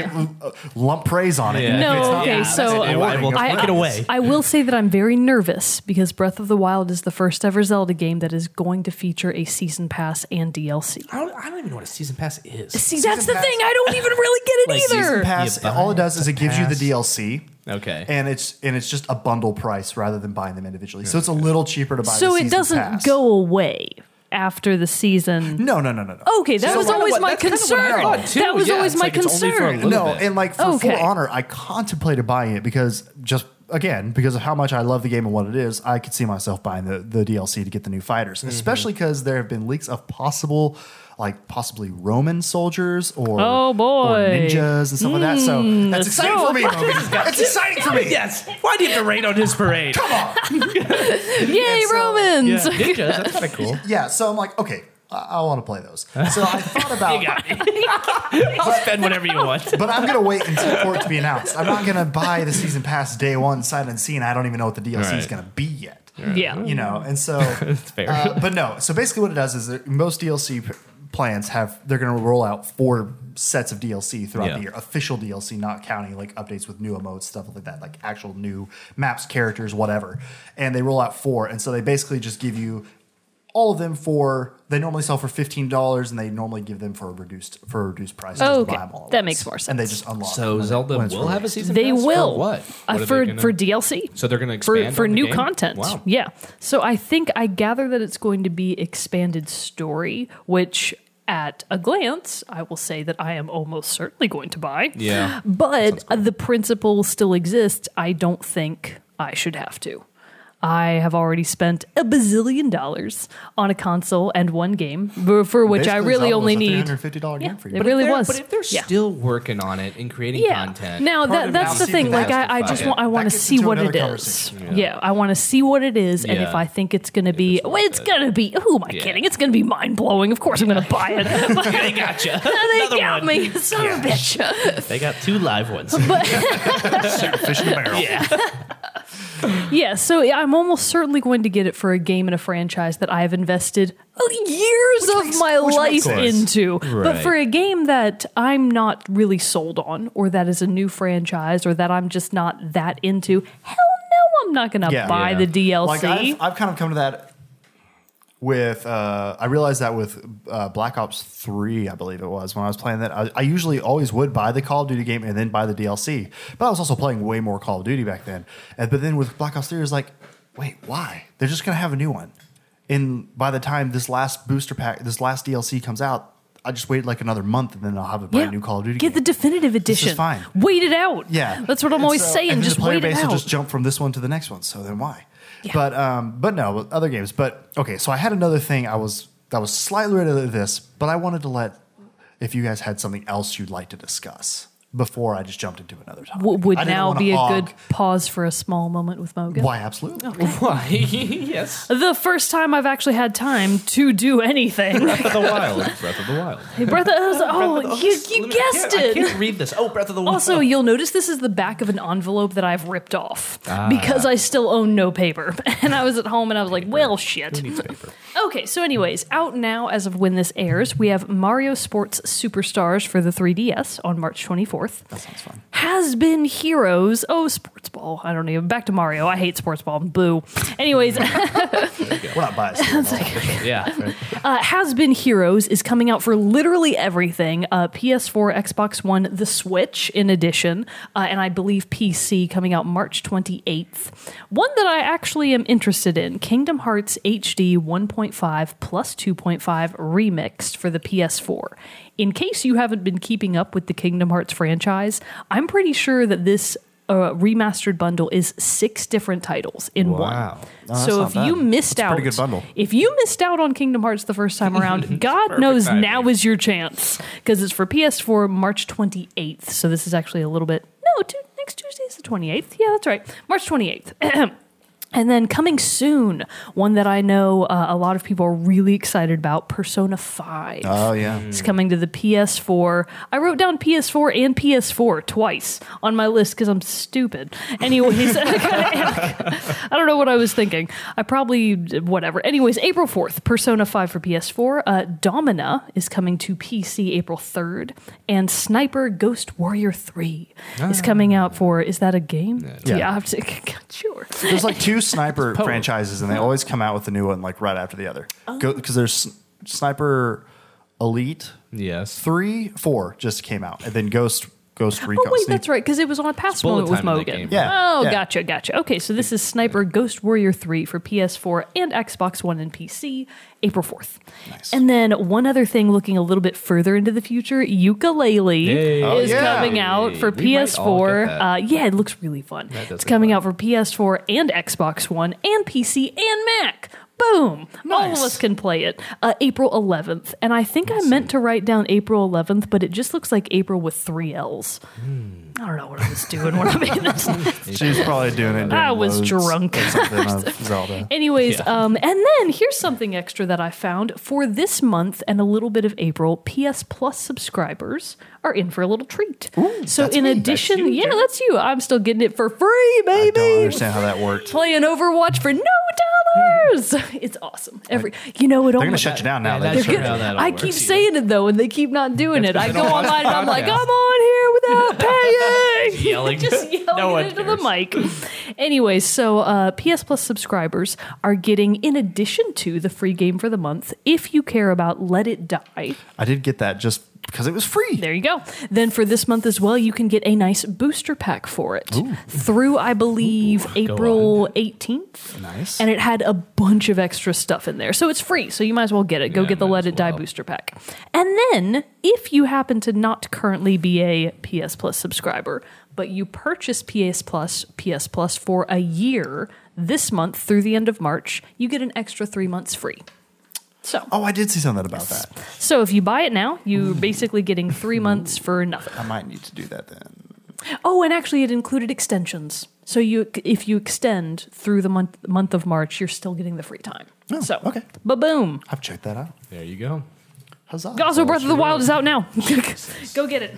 Speaker 1: [LAUGHS] I was about to give, uh, lump praise on it.
Speaker 3: Yeah.
Speaker 2: No,
Speaker 1: It's not-
Speaker 2: okay,
Speaker 1: that's
Speaker 2: so
Speaker 1: an
Speaker 3: I will
Speaker 1: awarding of
Speaker 3: take
Speaker 1: praise.
Speaker 3: it away.
Speaker 2: I will say that I'm very nervous because Breath of the Wild is the first ever Zelda game that is going to feature a season pass and DLC.
Speaker 3: I don't, I don't even know what a season pass is.
Speaker 2: See, that's the
Speaker 1: pass-
Speaker 2: thing. I don't even really
Speaker 1: [LAUGHS]
Speaker 3: Like,
Speaker 2: get it
Speaker 3: season
Speaker 2: either.
Speaker 1: Pass,
Speaker 3: You buy
Speaker 1: all it does is it gives you
Speaker 3: pass.
Speaker 1: the DLC.
Speaker 3: Okay.
Speaker 1: And it's and it's just a bundle price rather than buying them individually. So it's a little cheaper to buy. the
Speaker 2: so it
Speaker 1: season
Speaker 2: doesn't
Speaker 1: pass.
Speaker 2: go away after the season.
Speaker 1: No, no, no, no, no.
Speaker 2: Okay, that
Speaker 1: So
Speaker 2: was
Speaker 1: I know
Speaker 2: always
Speaker 1: what-
Speaker 2: my
Speaker 1: that's kinda what I
Speaker 2: concern.
Speaker 1: thought,
Speaker 3: too.
Speaker 2: that was
Speaker 3: Yeah,
Speaker 2: always
Speaker 3: it's
Speaker 2: my
Speaker 3: like it's only for a
Speaker 2: concern.
Speaker 3: little-
Speaker 1: No,
Speaker 3: bit.
Speaker 1: and like for
Speaker 2: Okay.
Speaker 1: Full Honor, I contemplated buying it because just again because of how much I love the game and what it is, I could see myself buying the the DLC to get the new fighters,
Speaker 3: Mm-hmm.
Speaker 1: especially because there have been leaks of possible. Like possibly Roman soldiers or
Speaker 2: Oh, boy. Mm.
Speaker 1: or ninjas and stuff like that. So that's exciting
Speaker 2: so-
Speaker 1: for me.
Speaker 2: [LAUGHS]
Speaker 1: It's exciting for me.
Speaker 3: Yes. Why do you have to rain on his parade? Come on.
Speaker 2: Yay,
Speaker 1: so-
Speaker 2: Romans!
Speaker 3: Ninjas. That's kind of
Speaker 2: [LAUGHS]
Speaker 3: cool.
Speaker 1: Yeah, so I'm like, okay, I, I want to play those. So I thought about
Speaker 2: [LAUGHS]
Speaker 3: I'll spend whatever you want.
Speaker 1: But I'm gonna wait until for it to be announced. I'm not gonna buy the season pass day one sight unseen. I don't even know what the DLC is
Speaker 3: Right.
Speaker 1: gonna be yet.
Speaker 2: Yeah.
Speaker 1: You know, and
Speaker 3: [LAUGHS]
Speaker 1: so
Speaker 3: Mm-hmm. fair.
Speaker 1: uh, but no. So basically, what it does is that most DLC p- plans have they're gonna roll out four sets of DLC throughout
Speaker 3: Yeah.
Speaker 1: the year. Official DLC, not counting like updates with new emotes, stuff like that, like actual new maps, characters, whatever. And they roll out four, and so they basically just give you all of them for they normally sell for fifteen dollars, and they normally give them for a reduced for a reduced price. just to
Speaker 2: Oh, Okay,
Speaker 1: buy 'em all at
Speaker 2: that
Speaker 1: once.
Speaker 2: makes more
Speaker 1: And they
Speaker 2: sense.
Speaker 1: just unlock.
Speaker 3: So
Speaker 1: when it-
Speaker 3: Zelda
Speaker 1: when it's
Speaker 3: will have a
Speaker 1: released.
Speaker 3: season
Speaker 2: They
Speaker 3: pass?
Speaker 2: will
Speaker 3: For what?
Speaker 2: Uh,
Speaker 3: What are they
Speaker 2: for
Speaker 3: gonna-
Speaker 2: for DLC.
Speaker 3: So they're going to
Speaker 2: for
Speaker 3: expand
Speaker 2: for
Speaker 3: on the
Speaker 2: new
Speaker 3: game?
Speaker 2: content.
Speaker 3: Wow.
Speaker 2: Yeah. So I think I gather that it's going to be expanded story, which at a glance I will say that I am almost certainly going to buy.
Speaker 3: Yeah.
Speaker 2: But uh the principle still exists. I don't think I should have to. I have already spent a bazillion dollars on a console and one game, for for which I
Speaker 1: Basically,
Speaker 2: really
Speaker 1: Zelda was
Speaker 2: only
Speaker 1: a
Speaker 2: need.
Speaker 1: $350 game for you.
Speaker 2: it really
Speaker 3: They're-
Speaker 2: was.
Speaker 3: But if they're
Speaker 2: Yeah.
Speaker 3: still working on it and creating content,
Speaker 2: Now
Speaker 1: Part
Speaker 2: that,
Speaker 1: of
Speaker 2: that's
Speaker 1: now
Speaker 2: the
Speaker 1: see
Speaker 2: thing.
Speaker 1: the
Speaker 2: Like
Speaker 1: master
Speaker 2: I, I
Speaker 1: file.
Speaker 2: just want I
Speaker 1: That
Speaker 2: want to
Speaker 1: gets
Speaker 2: see
Speaker 1: into
Speaker 2: what it
Speaker 1: another
Speaker 2: is.
Speaker 1: conversation,
Speaker 2: Yeah. I want to see what it is, and if
Speaker 3: Yeah.
Speaker 2: I think it's going to be,
Speaker 3: it's
Speaker 2: well, it's
Speaker 3: worth it.
Speaker 2: going to be. Who am I
Speaker 3: Yeah.
Speaker 2: kidding? It's going to be mind blowing. Of course, I'm going to buy
Speaker 1: [LAUGHS]
Speaker 2: it.
Speaker 3: [LAUGHS] they
Speaker 2: [LAUGHS]
Speaker 3: got you.
Speaker 2: they got me, son of a bitch.
Speaker 3: They got two live ones. [LAUGHS]
Speaker 1: Fish in the barrel.
Speaker 2: [LAUGHS] yeah, so I'm almost certainly going to get it for a game and a franchise that I have invested years of
Speaker 1: makes-
Speaker 2: my
Speaker 1: which
Speaker 2: life
Speaker 1: makes sense.
Speaker 2: into. But
Speaker 3: Right.
Speaker 2: for a game that I'm not really sold on, or that is a new franchise, or that I'm just not that into, hell no, I'm not going to
Speaker 1: Yeah.
Speaker 2: buy
Speaker 3: Yeah.
Speaker 2: the DLC.
Speaker 1: Like I've, I've kind of come to that with uh, I realized that with uh, Black Ops Three, I believe it was when I was playing that. I, I usually always would buy the Call of Duty game and then buy the DLC, but I was also playing way more Call of Duty back then. And, but then with Black Ops Three, it was like, wait, why? They're just gonna have a new one. And by the time this last booster pack, this last DLC comes out, I just wait like another month and then I'll have a brand new Call of Duty.
Speaker 2: Get the
Speaker 1: game.
Speaker 2: definitive edition.
Speaker 1: fine.
Speaker 2: Wait it out.
Speaker 1: Yeah,
Speaker 2: That's what I'm
Speaker 1: And
Speaker 2: always
Speaker 1: so-
Speaker 2: saying.
Speaker 1: And then
Speaker 2: Just
Speaker 1: the player
Speaker 2: wait it
Speaker 1: base
Speaker 2: out.
Speaker 1: will just jump from this one to the next one. So then why?
Speaker 2: Yeah.
Speaker 1: But um, but no, with other games. But okay, so I had another thing. I was that was slightly related to this, but I wanted to let if you guys had something else you'd like to discuss before I just jumped into another topic.
Speaker 2: W- would
Speaker 1: I didn't
Speaker 2: now
Speaker 1: wanna
Speaker 2: be a
Speaker 1: hog-
Speaker 2: good pause for a small moment with Mogan.
Speaker 1: Why absolutely?
Speaker 3: Why? [LAUGHS] yes.
Speaker 2: The first time I've actually had time to
Speaker 1: [LAUGHS]
Speaker 2: do anything.
Speaker 3: Breath of the Wild. Breath of the Wild.
Speaker 2: Hey, Breath of, I
Speaker 3: [LAUGHS]
Speaker 2: was like, oh, you, you guessed
Speaker 3: I
Speaker 2: it.
Speaker 3: can't read this. Oh, Breath of the
Speaker 2: [LAUGHS]
Speaker 3: Wild.
Speaker 2: Also, you'll notice this is the back of an envelope that I've ripped off
Speaker 3: Ah.
Speaker 2: because I still own no paper. [LAUGHS] And I was at home and I was like, well, shit.
Speaker 3: needs paper.
Speaker 2: Okay, so, anyways, out now as of when this airs, we have Mario Sports Superstars for the 3DS on March 24th.
Speaker 1: That sounds fun.
Speaker 2: Has been Heroes. Oh, Sports Ball. I don't even. Back to Mario. I hate Sports Ball. Boo. Anyways,
Speaker 1: We're not biased. here at all.
Speaker 3: [LAUGHS] Yeah.
Speaker 2: uh, Has Been Heroes is coming out for literally everything uh, PS4, Xbox One, the Switch, in addition, uh, and I believe PC coming out March 28th. One that I actually am interested in Kingdom Hearts HD 1.5 plus 2.5 remixed for the PS4. In case you haven't been keeping up with the Kingdom Hearts franchise, I'm pretty sure that this. uh remastered bundle is six different titles in
Speaker 3: Wow.
Speaker 2: one.
Speaker 1: that's
Speaker 2: so
Speaker 1: not
Speaker 2: if
Speaker 1: bad.
Speaker 2: you missed
Speaker 1: That's a
Speaker 2: out,
Speaker 1: pretty good bundle.
Speaker 2: if you missed out on Kingdom Hearts the first time
Speaker 1: [LAUGHS]
Speaker 2: around, God knows
Speaker 3: timing.
Speaker 2: now is your chance because it's for PS4 March 28th. So this is actually a little bit no, tu- next Tuesday is the 28th. Yeah, that's right, March 28th. [CLEARS THROAT] And then coming soon, one that I know uh, a lot of people are really excited about Persona 5.
Speaker 1: Oh yeah.
Speaker 2: It's coming to the PS4. I wrote down PS4 and PS4 twice on my list because I'm stupid. Anyways, [LAUGHS] I don't know what I was thinking. I probably, whatever. Anyways, April 4th, Persona 5 for PS4. Uh, Domina is coming to PC April 3rd. And Sniper Ghost Warrior 3 is coming out for, is that a game?
Speaker 1: Yeah.
Speaker 2: I have to, [LAUGHS] God, sure.
Speaker 1: There's like two sniper franchises, and they always come out with a new one like right after the other.
Speaker 2: Oh.
Speaker 1: Because there's Sn- Sniper Elite.
Speaker 3: yes.
Speaker 1: three, four just came out, and then Ghost Ghost Recon.
Speaker 2: Oh, wait,
Speaker 1: Sneak-
Speaker 2: that's right, because it was on a past
Speaker 3: bullet
Speaker 2: moment with
Speaker 3: time in that
Speaker 2: Mogan.
Speaker 3: game.
Speaker 1: Yeah,
Speaker 2: Oh,
Speaker 1: yeah.
Speaker 2: gotcha, gotcha. Okay, so this is Sniper Ghost Warrior 3 for PS4 and Xbox One and PC, April 4th.
Speaker 1: Nice.
Speaker 2: And then one other thing looking a little bit further into the future, Ukulele
Speaker 3: Yay. Oh,
Speaker 2: is
Speaker 1: yeah.
Speaker 2: coming out for
Speaker 3: We might all get
Speaker 2: PS4.
Speaker 3: that.
Speaker 2: Uh, yeah, it looks really fun.
Speaker 3: does
Speaker 2: It's
Speaker 3: look
Speaker 2: coming out for PS4 and Xbox One and PC and Mac. Boom! All of
Speaker 1: Nice.
Speaker 2: us can play it. Uh, April 11th. And I think I meant to write down April 11th, but it just looks like April with three L's. I don't know what I was doing when I made this.
Speaker 1: She was probably doing it. during
Speaker 2: I was
Speaker 1: loads
Speaker 2: drunk.
Speaker 1: or
Speaker 2: [LAUGHS]
Speaker 1: something of Zelda.
Speaker 2: Anyways, um, and then here's something extra that I found for this month and a little bit of April. PS Plus subscribers are in for a little treat. so, in addition,
Speaker 3: That's you,
Speaker 2: yeah,
Speaker 3: Jared.
Speaker 2: that's you. I'm still getting it for free,
Speaker 1: I don't
Speaker 2: baby.
Speaker 1: understand how that worked. They're
Speaker 2: Playing Overwatch for no dollars. [LAUGHS] It's awesome. Every you know it. They're
Speaker 1: gonna shut you down now.
Speaker 3: Yeah,
Speaker 1: They
Speaker 3: that's
Speaker 1: just-
Speaker 3: true. how that all
Speaker 2: I
Speaker 3: works
Speaker 2: keep
Speaker 3: either.
Speaker 2: saying it though, and they keep not doing it. I
Speaker 3: they
Speaker 2: go
Speaker 3: don't watch
Speaker 2: online and
Speaker 3: the
Speaker 2: I'm like, I'm
Speaker 3: podcast.
Speaker 2: on
Speaker 3: [LAUGHS]
Speaker 2: here without paying.
Speaker 3: Yelling.
Speaker 2: just yelling
Speaker 3: No one
Speaker 2: into the
Speaker 3: cares.
Speaker 2: mic. anyway, so uh, PS Plus subscribers are getting, in addition to the free game for the month, if you care about Let It Die.
Speaker 1: I did get that just because it was free.
Speaker 2: There you go. Then for this month as well, you can get a nice booster pack for it through, I believe, April 18th.
Speaker 1: Nice.
Speaker 2: And it had a bunch of extra stuff in there. So it's free. So you might as well get it. Go
Speaker 3: Yeah,
Speaker 2: get the
Speaker 3: might
Speaker 2: Let
Speaker 3: as
Speaker 2: It Die
Speaker 3: well.
Speaker 2: booster pack. And then if you happen to not currently be a PS Plus subscriber, but you purchase PS Plus, PS Plus for a year this month through the end of March, you get an extra three months free. So.
Speaker 1: Oh, I did see something about that.
Speaker 2: So if you buy it now, you're basically getting three months for nothing.
Speaker 1: I might need to do that then.
Speaker 2: Oh, and actually, it included extensions. So you, if you extend through the month month of March, you're still getting the free time.
Speaker 1: Oh,
Speaker 2: so
Speaker 1: okay.
Speaker 2: ba boom.
Speaker 1: I've checked that out.
Speaker 3: There you go.
Speaker 1: Huzzah!
Speaker 2: Also, Breath of the Wild is out now. [LAUGHS] Go get it.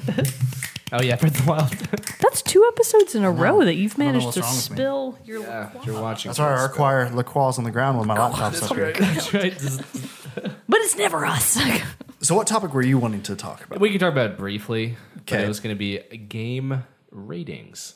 Speaker 3: Oh yeah, Breath of the Wild. [LAUGHS]
Speaker 2: That's two episodes in a row that you've
Speaker 1: know
Speaker 2: managed
Speaker 1: what's
Speaker 2: to
Speaker 1: wrong with me.
Speaker 2: spill your.
Speaker 3: you're watching.
Speaker 1: That's why I require LaCroix on the ground when my laptop's up here.
Speaker 3: That's [LAUGHS] right. This-
Speaker 2: But it's never us. [LAUGHS]
Speaker 1: So, what topic were you wanting to talk about?
Speaker 3: We can talk about it briefly. but
Speaker 1: Okay.
Speaker 3: It was going to be game ratings.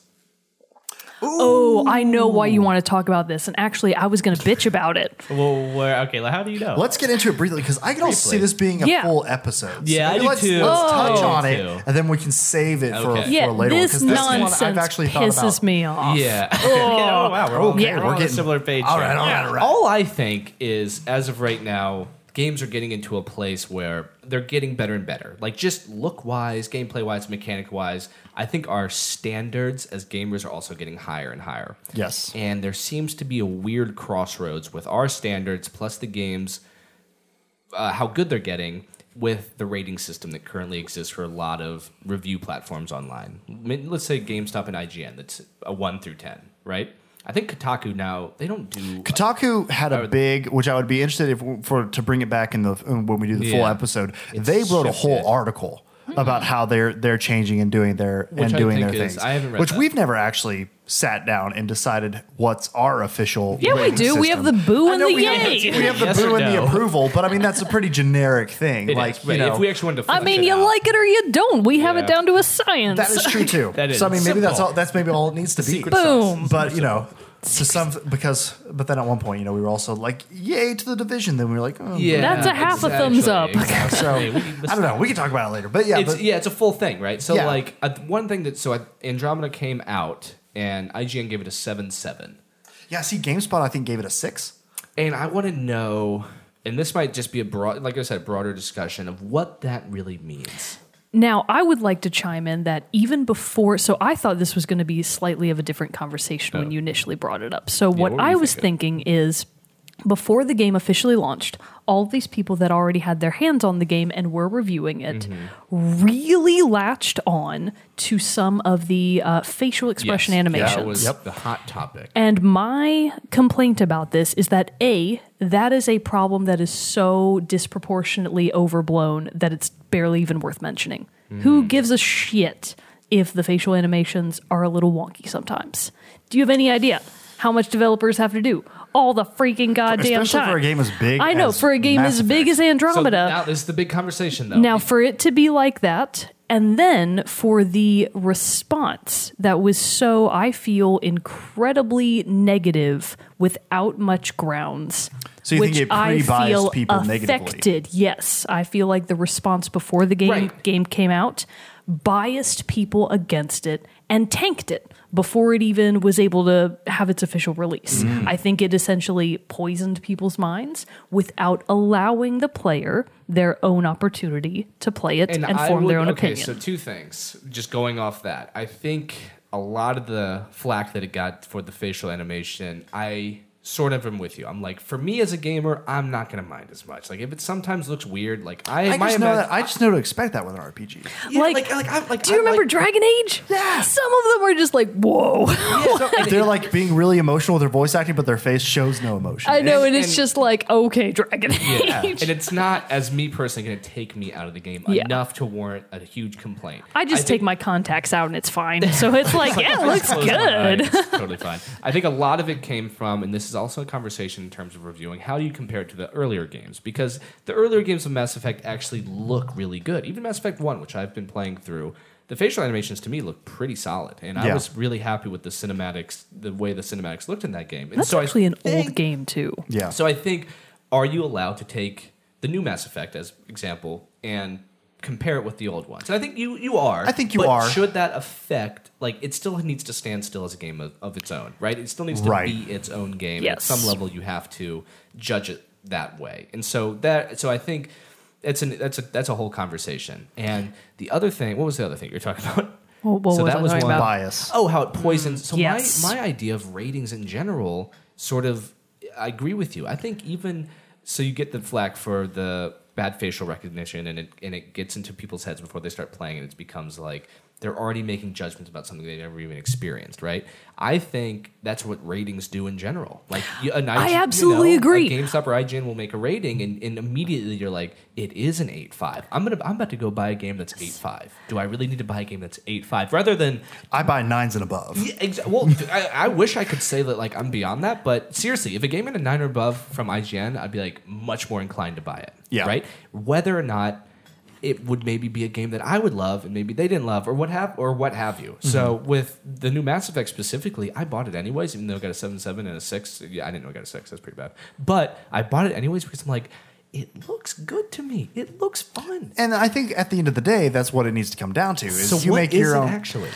Speaker 2: Oh, I know why you want to talk about this. And actually, I was going to bitch about it.
Speaker 4: Well, where? Okay, like, how do you know?
Speaker 1: Let's get into it briefly because I can also see
Speaker 3: Briefly.
Speaker 1: this being a
Speaker 2: Yeah.
Speaker 1: full episode.
Speaker 4: Yeah, I
Speaker 1: maybe
Speaker 4: do
Speaker 1: let's,
Speaker 4: too.
Speaker 1: Let's touch
Speaker 4: Oh.
Speaker 1: on
Speaker 4: I
Speaker 1: it,
Speaker 4: do too.
Speaker 1: and then we can save it for,
Speaker 4: Okay.
Speaker 1: for a
Speaker 2: Yeah,
Speaker 1: later
Speaker 2: this
Speaker 1: one because
Speaker 2: nonsense
Speaker 1: this one I've actually thought
Speaker 2: pisses
Speaker 1: about.
Speaker 2: me
Speaker 1: [LAUGHS]
Speaker 2: off.
Speaker 3: Yeah.
Speaker 4: [LAUGHS] oh wow, we're all,
Speaker 2: Okay,
Speaker 4: we're
Speaker 2: we're
Speaker 4: all on a
Speaker 1: getting-
Speaker 4: similar page.
Speaker 1: All
Speaker 4: here.
Speaker 1: right, all right, all right.
Speaker 3: All I think is, as of right now, games are getting into a place where they're getting better and better. Like, just look wise, gameplay wise, mechanic wise, I think our standards as gamers are also getting higher and higher.
Speaker 1: Yes.
Speaker 3: And there seems to be a weird crossroads with our standards plus the games, uh, how good they're getting. With the rating system that currently exists for a lot of review platforms online, I mean, let's say GameStop and IGN, that's a one through ten, right? I think Kotaku now they don't do like,
Speaker 1: Kotaku had a big, which I would be interested if for to bring it back in the uh, when we do the full
Speaker 3: Yeah.
Speaker 1: episode.
Speaker 3: It's
Speaker 1: they wrote a
Speaker 3: shifted.
Speaker 1: whole article about how they're they're changing and doing their
Speaker 3: Which
Speaker 1: and
Speaker 3: I
Speaker 1: doing
Speaker 3: think
Speaker 1: their
Speaker 3: is-
Speaker 1: things.
Speaker 3: I haven't read
Speaker 1: which
Speaker 3: that.
Speaker 1: we've never actually sat down and decided what's our official.
Speaker 2: Yeah, we
Speaker 1: rating
Speaker 2: do. We
Speaker 1: system.
Speaker 2: have the boo
Speaker 1: I
Speaker 2: and
Speaker 1: know
Speaker 2: the
Speaker 1: we have
Speaker 2: yay.
Speaker 1: we have the
Speaker 4: Yes or
Speaker 1: boo and the
Speaker 4: no?
Speaker 1: approval, but I mean that's a pretty generic thing.
Speaker 3: [LAUGHS] It
Speaker 1: like
Speaker 3: is,
Speaker 1: you
Speaker 3: right.
Speaker 1: know,
Speaker 3: if we actually wanted to,
Speaker 2: I
Speaker 3: flesh
Speaker 2: mean,
Speaker 3: it
Speaker 2: you
Speaker 3: out.
Speaker 2: like it or you don't. We have
Speaker 3: Yeah.
Speaker 2: it down to a science.
Speaker 1: that is true
Speaker 3: [LAUGHS]
Speaker 1: too.
Speaker 4: That is
Speaker 1: so I mean, maybe that's
Speaker 4: simple.
Speaker 1: all. That's maybe all it needs to be.
Speaker 3: Secret
Speaker 2: Boom.
Speaker 1: but you know to some because but then at one point you know we were also like yay to the division then we were like oh,
Speaker 3: Yeah,
Speaker 2: That's a half a thumbs up.
Speaker 3: exactly.
Speaker 1: so
Speaker 3: Yeah, we can-
Speaker 1: i don't know we can talk about it later but yeah
Speaker 3: it's e-
Speaker 1: but,
Speaker 3: yeah, it's a full thing, right? So
Speaker 1: Yeah.
Speaker 3: like uh, one thing that so I, Andromeda came out and IGN gave it a seven seven,
Speaker 1: yeah see gamespot i think gave it a six
Speaker 3: and I want to know, and this might just be a broad, like I said, broader discussion of what that really means.
Speaker 2: Now, I would like to chime in that even before, so I thought this was going to be slightly of a different conversation when you initially brought it up. So, what
Speaker 3: Oh. what were
Speaker 2: I
Speaker 3: you
Speaker 2: was thinking is before the game officially launched, all these people that already had their hands on the game and were reviewing it
Speaker 3: Mm-hmm.
Speaker 2: really latched on to some of the uh, facial expression animations.
Speaker 3: That was the hot topic.
Speaker 2: And my complaint about this is that A, that is a problem that is so disproportionately overblown that it's barely even worth mentioning.
Speaker 1: Hmm.
Speaker 2: Who gives a shit if the facial animations are a little wonky sometimes? Do you have any idea how much developers have to do? All the freaking goddamn
Speaker 1: especially
Speaker 2: time.
Speaker 1: for a game as big
Speaker 2: I know,
Speaker 1: as
Speaker 2: for a game
Speaker 1: Mass
Speaker 2: as big as
Speaker 3: So
Speaker 2: Andromeda.
Speaker 3: now this is the big conversation though.
Speaker 2: Now, for it to be like that, and then for the response that was so, I feel, incredibly negative without much grounds.
Speaker 1: So you think
Speaker 2: which
Speaker 1: it
Speaker 2: I
Speaker 1: pre-biased
Speaker 2: feel
Speaker 1: people negatively?
Speaker 2: affected. Yes, I feel like the response before the game
Speaker 3: Right.
Speaker 2: game came out biased people against it and tanked it before it even was able to have its official release.
Speaker 3: Mm.
Speaker 2: I think it essentially poisoned people's minds without allowing the player their own opportunity to play it and,
Speaker 3: I
Speaker 2: form their
Speaker 3: would-
Speaker 2: own
Speaker 3: okay,
Speaker 2: opinion.
Speaker 3: So two things. Just going off that, I think a lot of the flack that it got for the facial animation, I sort of am with you. I'm like, for me as a gamer, I'm not gonna mind as much. Like if it sometimes looks weird, like I,
Speaker 1: i
Speaker 3: my
Speaker 1: just know
Speaker 3: imag-
Speaker 1: that i just know to expect that with an rpg
Speaker 3: yeah,
Speaker 2: like,
Speaker 3: like, like, I'm- like,
Speaker 2: do you
Speaker 3: I'm,
Speaker 2: remember
Speaker 3: like-
Speaker 2: Dragon Age? Yeah. Some of them are just like, whoa. [LAUGHS]
Speaker 3: [LAUGHS]
Speaker 1: they're like being really emotional with their voice acting but their face shows no emotion
Speaker 2: I know, and, it's
Speaker 3: and-
Speaker 2: just like, okay, Dragon Age.
Speaker 3: and it's not as me personally going to take me out of the game
Speaker 2: Yeah.
Speaker 3: enough to warrant a huge complaint.
Speaker 2: I just take
Speaker 3: think-
Speaker 2: my contacts out and it's fine. So it's like, yeah, it looks
Speaker 3: [LAUGHS] Close my
Speaker 2: good. [LAUGHS]
Speaker 3: eyes. totally fine. I think a lot of it came from, and this is also a conversation in terms of reviewing, how do you compare it to the earlier games? Because the earlier games of Mass Effect actually look really good. Even Mass Effect 1, which I've been playing through, the facial animations to me look pretty solid. And I
Speaker 1: Yeah.
Speaker 3: was really happy with the cinematics, the way the cinematics looked in that game. And
Speaker 2: That's
Speaker 3: so I
Speaker 2: actually an old
Speaker 3: think-
Speaker 2: game too.
Speaker 1: yeah
Speaker 3: So I think, are you allowed to take the new Mass Effect as example and compare it with the old ones? And I think you you are.
Speaker 1: I think you
Speaker 3: but
Speaker 1: are.
Speaker 3: Should that affect like it still needs to stand still as a game of, of its own, right? It still needs to
Speaker 1: Right.
Speaker 3: be its own game. At
Speaker 2: Yes.
Speaker 3: some level, you have to judge it that way, and so that so I think. It's an, that's a that's a whole conversation. And the other thing, what was the other thing you were talking about?
Speaker 2: What- what
Speaker 3: so
Speaker 2: was
Speaker 3: that
Speaker 2: I
Speaker 3: was
Speaker 2: talking
Speaker 3: one.
Speaker 2: about?
Speaker 1: bias
Speaker 3: Oh, how it poisons. so
Speaker 2: Mm. yes.
Speaker 3: my my idea of ratings in general, sort of, I agree with you. I think even so, you get the flack for the bad facial recognition, and it and it gets into people's heads before they start playing, and it becomes like they're already making judgments about something they never even experienced. Right? I think that's what ratings do in general. Like, you- an IG, you
Speaker 2: absolutely
Speaker 3: know, a
Speaker 2: agree.
Speaker 3: GameStop or IGN will make a rating, and, and immediately you're like, it is an eight five. I'm gonna I'm about to go buy a game that's eight five. Do I really need to buy a game that's eight five? Rather than
Speaker 1: i buy nines and above
Speaker 3: yeah, exa- well, th- I, I wish I could say that like I'm beyond that, but seriously, if a game at a nine or above from IGN, I'd be like much more inclined to buy it.
Speaker 1: Yeah.
Speaker 3: Right. Whether or not it would maybe be a game that I would love and maybe they didn't love or what have or what have you. So with the new Mass Effect specifically, I bought it anyways, even though I got a seven seven and a six. Yeah, I didn't know I got a six. That's pretty bad. But I bought it anyways because I'm like, it looks good to me. It looks fun.
Speaker 1: And I think at the end of the day, that's what it needs to come down to is
Speaker 3: So
Speaker 1: you
Speaker 3: what
Speaker 1: make
Speaker 3: is
Speaker 1: your
Speaker 3: it
Speaker 1: own.
Speaker 3: actually?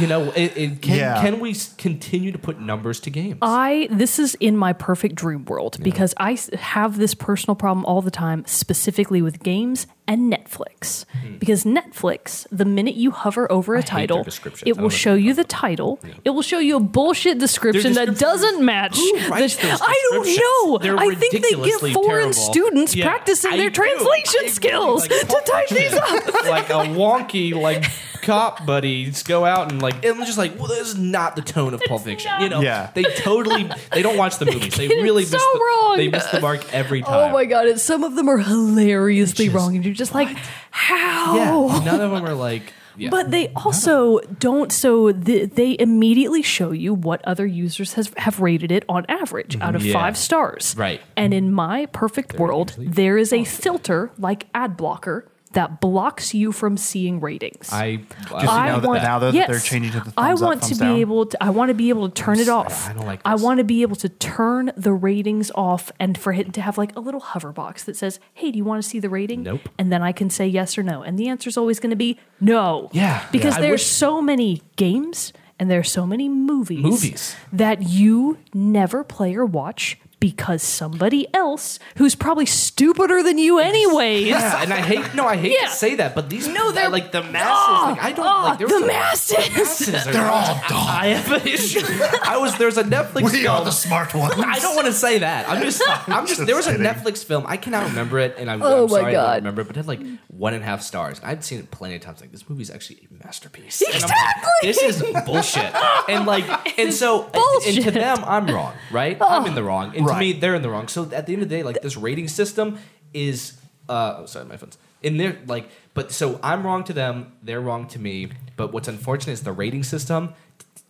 Speaker 3: You know, it, it can,
Speaker 1: Yeah.
Speaker 3: can we s- continue to put numbers to games?
Speaker 2: I this is in my perfect dream world because I s- have this personal problem all the time, specifically with games and Netflix. Because Netflix, the minute you hover over a
Speaker 3: hate their
Speaker 2: title,
Speaker 3: descriptions. Hmm. I
Speaker 2: it
Speaker 3: don't
Speaker 2: will
Speaker 3: know
Speaker 2: show you the title. It will show you a bullshit description that
Speaker 3: descriptions-
Speaker 2: doesn't match. the-
Speaker 3: writes those
Speaker 2: I don't
Speaker 3: descriptions?
Speaker 2: know.
Speaker 4: They're
Speaker 2: I think they
Speaker 4: ridiculously
Speaker 2: get
Speaker 4: terrible.
Speaker 2: foreign students
Speaker 4: Yeah,
Speaker 2: practicing
Speaker 4: I
Speaker 2: their
Speaker 4: do.
Speaker 2: translation skills to type
Speaker 3: [LAUGHS]
Speaker 2: these up.
Speaker 3: like a wonky like cop buddies go out and like and just like well this is not the tone of Pulp Fiction you know
Speaker 1: Yeah.
Speaker 3: they totally they don't watch the
Speaker 2: [LAUGHS]
Speaker 3: movies they
Speaker 2: get it
Speaker 3: really
Speaker 2: so
Speaker 3: miss the,
Speaker 2: wrong.
Speaker 3: they miss the mark every time
Speaker 2: Oh my god! It's, some of them are hilariously wrong, and you're just like, how?
Speaker 3: yeah none of them are like yeah.
Speaker 2: But they also don't. So th- they immediately show you what other users has have rated it on average out of
Speaker 3: Mm-hmm. Yeah.
Speaker 2: five stars.
Speaker 3: Right. Oh.
Speaker 2: And in my perfect world, there is a filter like ad blocker that blocks you from seeing ratings.
Speaker 3: I
Speaker 1: I
Speaker 3: I,
Speaker 1: now that-
Speaker 2: want
Speaker 1: now that
Speaker 2: yes,
Speaker 1: they're changing to the
Speaker 2: I
Speaker 1: thumbs up,
Speaker 2: want to
Speaker 1: thumbs
Speaker 2: be
Speaker 1: down.
Speaker 2: able to. I want to be able to turn it off.
Speaker 3: I don't like
Speaker 2: I
Speaker 3: this.
Speaker 2: want to be able to turn the ratings off, and for it to have like a little hover box that says, "Hey, do you want to see the rating?"
Speaker 3: Nope.
Speaker 2: And then I can say yes or no, and the answer is always going to be no.
Speaker 3: Yeah.
Speaker 2: Because
Speaker 3: Yeah. I
Speaker 2: there's
Speaker 3: wish-
Speaker 2: so many games and there's so many movies,
Speaker 3: Movies.
Speaker 2: that you never play or watch. Because somebody else who's probably stupider than you, anyways,
Speaker 3: [LAUGHS] yeah, and I hate no I hate
Speaker 2: Yeah.
Speaker 3: to say that but these
Speaker 2: No, they're-
Speaker 3: like the masses
Speaker 2: Ah,
Speaker 3: like I don't
Speaker 2: ah,
Speaker 3: like there
Speaker 2: the
Speaker 3: was a-
Speaker 2: masses.
Speaker 3: are, they're all dumb I have an issue I was there's a Netflix
Speaker 1: We are
Speaker 3: film-
Speaker 1: the smart ones.
Speaker 3: [LAUGHS] I don't want to say that. I'm just, I'm just. There was a
Speaker 1: kidding.
Speaker 3: Netflix film. I cannot remember it, and I'm,
Speaker 2: Oh
Speaker 3: I'm
Speaker 2: my
Speaker 3: sorry I
Speaker 2: God.
Speaker 3: don't remember it. But it had like one and a half stars. I've seen it plenty of times. Like this movie's actually a masterpiece. And I'm like,
Speaker 2: Exactly.
Speaker 3: this is bullshit. And like, and so, and- and to
Speaker 2: bullshit. Oh.
Speaker 3: them, I'm wrong, right? I'm in the wrong, and
Speaker 1: Right.
Speaker 3: to me, they're in the wrong. So at the end of the day, like this rating system is. Uh, oh, sorry, my phone's. And they're like, but so I'm wrong to them. They're wrong to me. But what's unfortunate is the rating system.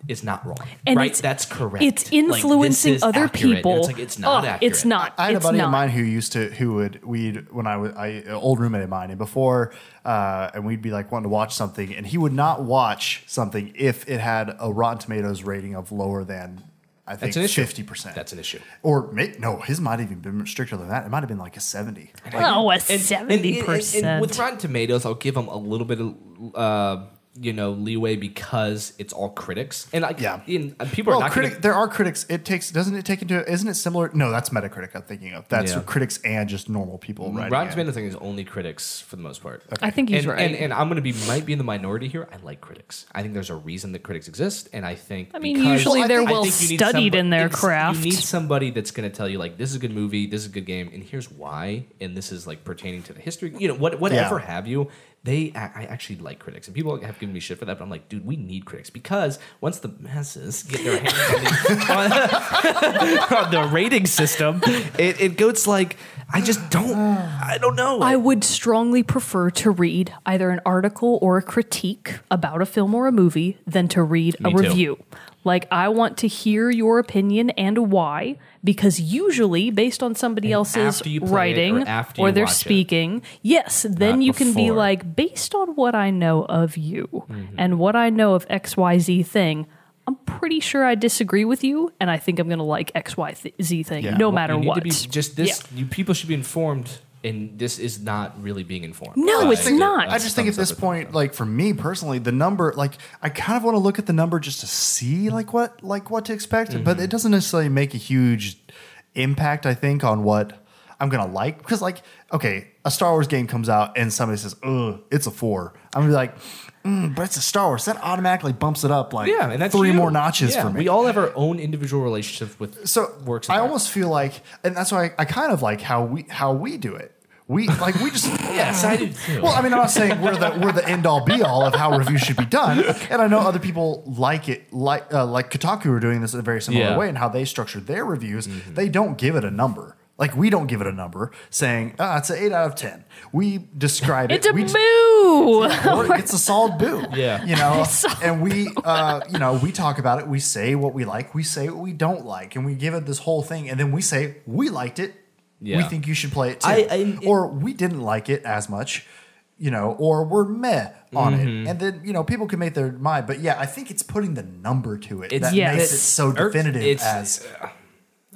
Speaker 3: Is not wrong,
Speaker 2: And
Speaker 3: right?
Speaker 2: it's-
Speaker 3: That's correct. Like,
Speaker 2: It's
Speaker 3: this
Speaker 2: influencing
Speaker 3: is
Speaker 2: other
Speaker 3: accurate. And
Speaker 2: people.
Speaker 3: It's like it's not
Speaker 2: Ugh,
Speaker 3: accurate.
Speaker 2: It's not.
Speaker 1: I had
Speaker 2: it's
Speaker 1: a buddy
Speaker 2: not.
Speaker 1: of mine who used to who would we'd when I was I an old roommate of mine and before uh, and we'd be like wanting to watch something and he would not watch something if it had a Rotten Tomatoes rating of lower than I think
Speaker 3: That's an issue.
Speaker 1: fifty percent.
Speaker 3: That's an issue.
Speaker 1: Or may, no, his might have even been stricter than that. It might have been like a seventy.
Speaker 2: Oh, a
Speaker 3: And- and- and-
Speaker 2: seventy
Speaker 3: and With
Speaker 2: percent.
Speaker 3: Rotten Tomatoes, I'll give them a little bit of. Uh, you know leeway because it's all critics and like
Speaker 1: Yeah.
Speaker 3: in, and uh, people
Speaker 1: Well,
Speaker 3: are not
Speaker 1: critic,
Speaker 3: gonna,
Speaker 1: there are critics. It takes doesn't it take into isn't it similar? No, that's Metacritic. I'm thinking of that's
Speaker 3: Yeah.
Speaker 1: critics and just normal people. Right.
Speaker 3: Rotten Tomatoes thing is only critics for the most part.
Speaker 2: I think he's
Speaker 3: and,
Speaker 2: right.
Speaker 3: And, and I'm going to be might be in the minority here. I like critics. I think there's a reason that critics exist, and I think
Speaker 2: I mean,
Speaker 3: because-
Speaker 2: usually
Speaker 1: Well, I
Speaker 2: they're
Speaker 1: think- I
Speaker 2: well
Speaker 3: think you need
Speaker 2: studied in
Speaker 3: somebo-
Speaker 2: their
Speaker 3: ex-
Speaker 2: craft.
Speaker 3: You need somebody that's going to tell you like this is a good movie, this is a good game, and here's why, and this is like pertaining to the history, you know, what whatever
Speaker 1: Yeah.
Speaker 3: have you. They, I I actually like critics, and people have given me shit for that. But I'm like, dude, we need critics because once the masses get their hands on the, [LAUGHS] on the rating system, it, it goes like, I just don't, I don't know.
Speaker 2: I would strongly prefer to read either an article or a critique about a film or a movie than to read
Speaker 3: Me
Speaker 2: a
Speaker 3: too.
Speaker 2: review. Like, I want to hear your opinion and why, because usually, based on somebody else's
Speaker 3: after you play it or
Speaker 2: writing
Speaker 3: after you
Speaker 2: their
Speaker 3: watch it.
Speaker 2: speaking, yes, then
Speaker 3: Not
Speaker 2: you can be
Speaker 3: before. Mm-hmm.
Speaker 2: like, based on what I know of you and what I know of XYZ thing. I'm pretty sure I disagree with you, and I think I'm going to like XYZ thing
Speaker 1: Yeah.
Speaker 2: no
Speaker 1: Well,
Speaker 2: matter
Speaker 3: you need
Speaker 2: what.
Speaker 3: to be just this. You people should be informed, and this is not really being informed.
Speaker 2: No,
Speaker 3: by
Speaker 2: it's
Speaker 3: the-
Speaker 2: not.
Speaker 3: uh,
Speaker 1: I just think at
Speaker 3: thumbs
Speaker 1: this
Speaker 3: up or
Speaker 1: point, like for me personally, the number, like I kind of want to look at the number just to see like what like what to expect,
Speaker 3: Mm-hmm.
Speaker 1: but it doesn't necessarily make a huge impact. I think on what I'm gonna like because like okay, a Star Wars game comes out and somebody says, "Ugh, it's a four. I'm gonna be like, mm, but it's a Star Wars. That automatically bumps it up like
Speaker 3: Yeah, and that's
Speaker 1: three
Speaker 3: you.
Speaker 1: more notches
Speaker 3: Yeah,
Speaker 1: for me.
Speaker 3: We all have our own individual relationships with
Speaker 1: so
Speaker 3: works. of
Speaker 1: I
Speaker 3: art.
Speaker 1: almost feel like, and that's why I, I kind of like how we how we do it. We like we
Speaker 3: [LAUGHS]
Speaker 1: just
Speaker 3: yes, I do too.
Speaker 1: Well, I mean, I'm not saying we're the we're the end all be all of how reviews should be
Speaker 3: [LAUGHS]
Speaker 1: done, and I know other people like it, like uh, like Kotaku are doing this in a very similar
Speaker 3: Yeah. Mm-hmm.
Speaker 1: way, and how they structure their reviews. They don't give it a number. Like we don't give it a number, saying ah, it's an eight out of ten. We describe
Speaker 2: It's
Speaker 1: it.
Speaker 2: a
Speaker 1: we
Speaker 3: [LAUGHS]
Speaker 2: boo.
Speaker 1: or it's a solid boo.
Speaker 3: Yeah.
Speaker 1: You know, and we, uh, you know, we talk about it. We say what we like. We say what we don't like. And we give it this whole thing. And then we say, we liked it.
Speaker 3: Yeah.
Speaker 1: We think you should play it too.
Speaker 3: I- I-
Speaker 1: or we didn't like it as much, you know, or we're meh on
Speaker 3: Mm-hmm.
Speaker 1: it. And then, you know, people can make their mind. But yeah, I think it's putting the number to it
Speaker 3: It's-
Speaker 1: that
Speaker 2: Yes.
Speaker 1: makes it so
Speaker 3: Irks-
Speaker 1: definitive
Speaker 3: it's-
Speaker 1: as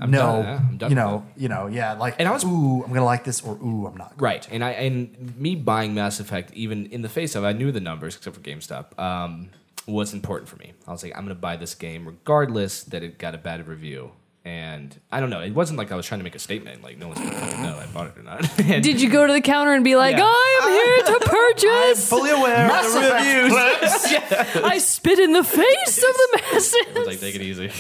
Speaker 3: I'm
Speaker 1: no,
Speaker 3: done- yeah, I'm done
Speaker 1: you
Speaker 3: with
Speaker 1: know, you know, yeah, like
Speaker 3: And I was-
Speaker 1: ooh, I'm gonna like this or ooh, I'm not.
Speaker 3: Right, and I and me buying Mass Effect, even in the face of, I knew the numbers except for GameStop. Um, was important for me. I was like, I'm gonna buy this game regardless that it got a bad review. And I don't know. It wasn't like I was trying to make a statement. Like no one's gonna fucking know I bought it or not. [LAUGHS] And
Speaker 2: Did you go to the counter and be like,
Speaker 3: Yeah.
Speaker 2: "I am
Speaker 3: [LAUGHS]
Speaker 2: here to purchase"?
Speaker 3: fully aware of the reviews.
Speaker 2: I spit in the face of
Speaker 3: [LAUGHS]
Speaker 2: the
Speaker 3: I was
Speaker 2: masses.
Speaker 3: [LAUGHS] like, take it easy.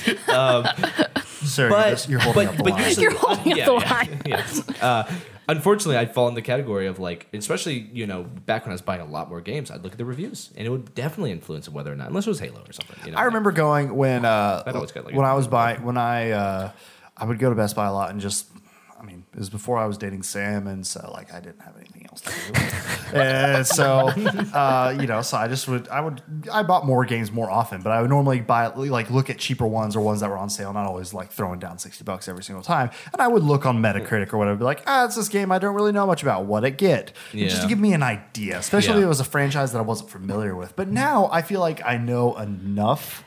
Speaker 1: Sir,
Speaker 3: But-
Speaker 1: you're, just, you're holding
Speaker 3: but-
Speaker 1: up the
Speaker 3: but
Speaker 1: line.
Speaker 3: usually-
Speaker 2: You're holding
Speaker 3: yeah,
Speaker 2: up the
Speaker 3: yeah,
Speaker 2: line.
Speaker 3: yes. Uh, unfortunately, I'd fall in the category of like, especially you know, back when I was buying a lot more games, I'd look at the reviews, and it would definitely influence whether or not, unless it was Halo or something. You know?
Speaker 1: I remember going when uh,
Speaker 3: That always got, like,
Speaker 1: when
Speaker 3: a-
Speaker 1: I was buying when I uh, I would go to Best Buy a lot and just I mean it was before I was dating Sam and so like I didn't have anything else to
Speaker 3: [LAUGHS]
Speaker 1: do and so uh, you know so I just would I would I bought more games more often but I would normally buy like look at cheaper ones or ones that were on sale not always like throwing down sixty bucks every single time and I would look on Metacritic or whatever be like ah it's this game I don't really know much about what it get And just to
Speaker 3: Yeah.
Speaker 1: give me an idea especially
Speaker 3: Yeah.
Speaker 1: if it was a franchise that I wasn't familiar with but now I feel like I know enough.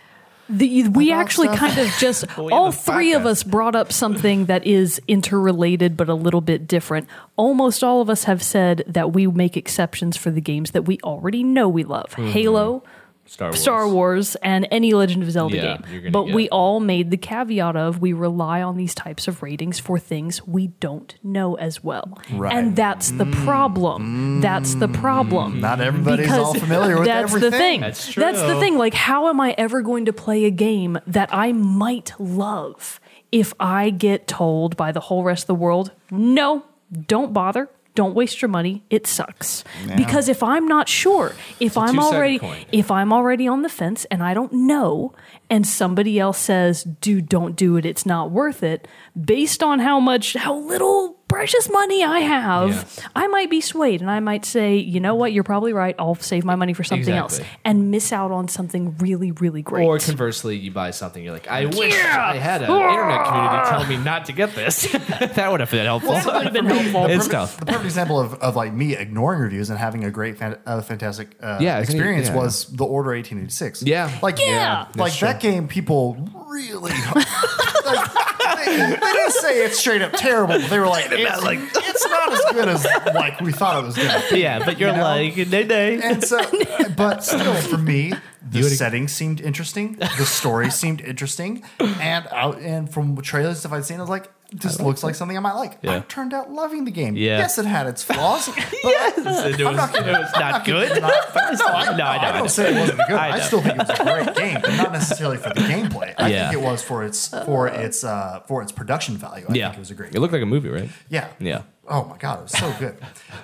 Speaker 2: The, we
Speaker 3: oh,
Speaker 1: About
Speaker 2: actually
Speaker 1: stuff?
Speaker 2: kind of just
Speaker 3: [LAUGHS]
Speaker 4: Well, yeah,
Speaker 2: all
Speaker 4: the
Speaker 2: three of
Speaker 4: podcast.
Speaker 2: us brought up something that is interrelated but a little bit different. Almost all of us have said that we make exceptions for the games that we already know we love.
Speaker 3: Mm-hmm.
Speaker 2: Halo,
Speaker 3: Star Wars.
Speaker 2: Star Wars and any Legend of Zelda
Speaker 3: Yeah, you're
Speaker 2: game.
Speaker 3: gonna
Speaker 2: But
Speaker 3: get-
Speaker 2: we all made the caveat of we rely on these types of ratings for things we don't know as well.
Speaker 1: Right.
Speaker 2: And that's
Speaker 3: Mm.
Speaker 2: the problem. That's the problem.
Speaker 1: Not everybody's [LAUGHS] all familiar with
Speaker 2: that's
Speaker 1: everything.
Speaker 2: the thing.
Speaker 3: That's
Speaker 2: the
Speaker 3: true.
Speaker 2: thing. Like, how am I ever going to play a game that I might love if I get told by the whole rest of the world, no, don't bother. Don't waste your money. It sucks. Because if I'm not sure, if I'm
Speaker 3: two-sided
Speaker 2: already
Speaker 3: coin.
Speaker 2: if I'm already on the fence and I don't know and somebody else says, "Dude, don't do it. It's not worth it." Based on how much how little precious money I have,
Speaker 3: Yeah.
Speaker 2: I might be swayed and I might say, "You know what? You're probably right. I'll save my money for something else."
Speaker 3: Exactly.
Speaker 2: And miss out on something really really great.
Speaker 3: Or conversely, you buy something, you're like, I wish
Speaker 2: Yeah.
Speaker 3: I had an internet community tell me not to
Speaker 1: [LAUGHS]
Speaker 3: get this. that would have been helpful. [LAUGHS]
Speaker 2: would have been helpful.
Speaker 3: it's tough.
Speaker 1: The perfect example of, of like me ignoring reviews and having a great, fan, uh, fantastic uh,
Speaker 3: Yeah, I think-
Speaker 1: experience
Speaker 3: yeah.
Speaker 1: was the Order eighteen eighty six.
Speaker 3: Yeah.
Speaker 1: like
Speaker 2: Yeah. Yeah,
Speaker 1: like
Speaker 3: that's
Speaker 1: that game. People really [LAUGHS] like, they, they didn't say it's straight up terrible. But they were like, it's, like it's not as good as like we thought it was going to be.
Speaker 4: Yeah, but you're like, nay,
Speaker 3: [LAUGHS]
Speaker 4: nay.
Speaker 1: And so, but still, for me, the setting seemed interesting. The story seemed interesting, and out and from trailers stuff I'd seen, I was like, "This looks like something I might like." I
Speaker 4: Yeah.
Speaker 1: turned out loving the game.
Speaker 4: Yeah.
Speaker 1: Yes, it had
Speaker 4: [LAUGHS]
Speaker 1: its flaws. But yes,
Speaker 4: It was not, it was not good.
Speaker 1: no,
Speaker 3: [LAUGHS]
Speaker 1: I,
Speaker 4: No, I know,
Speaker 1: I
Speaker 4: I
Speaker 1: don't
Speaker 4: know.
Speaker 1: say it wasn't
Speaker 4: [LAUGHS]
Speaker 1: good.
Speaker 4: I
Speaker 1: I,
Speaker 4: know.
Speaker 1: still think it was a great game, but not necessarily for the gameplay. I
Speaker 3: Yeah.
Speaker 1: think it was for its for its uh, for its production value. I
Speaker 3: Yeah.
Speaker 1: think it was a great.
Speaker 3: It looked like a movie, right?
Speaker 1: Yeah.
Speaker 3: Yeah.
Speaker 1: Oh my god, it was so good.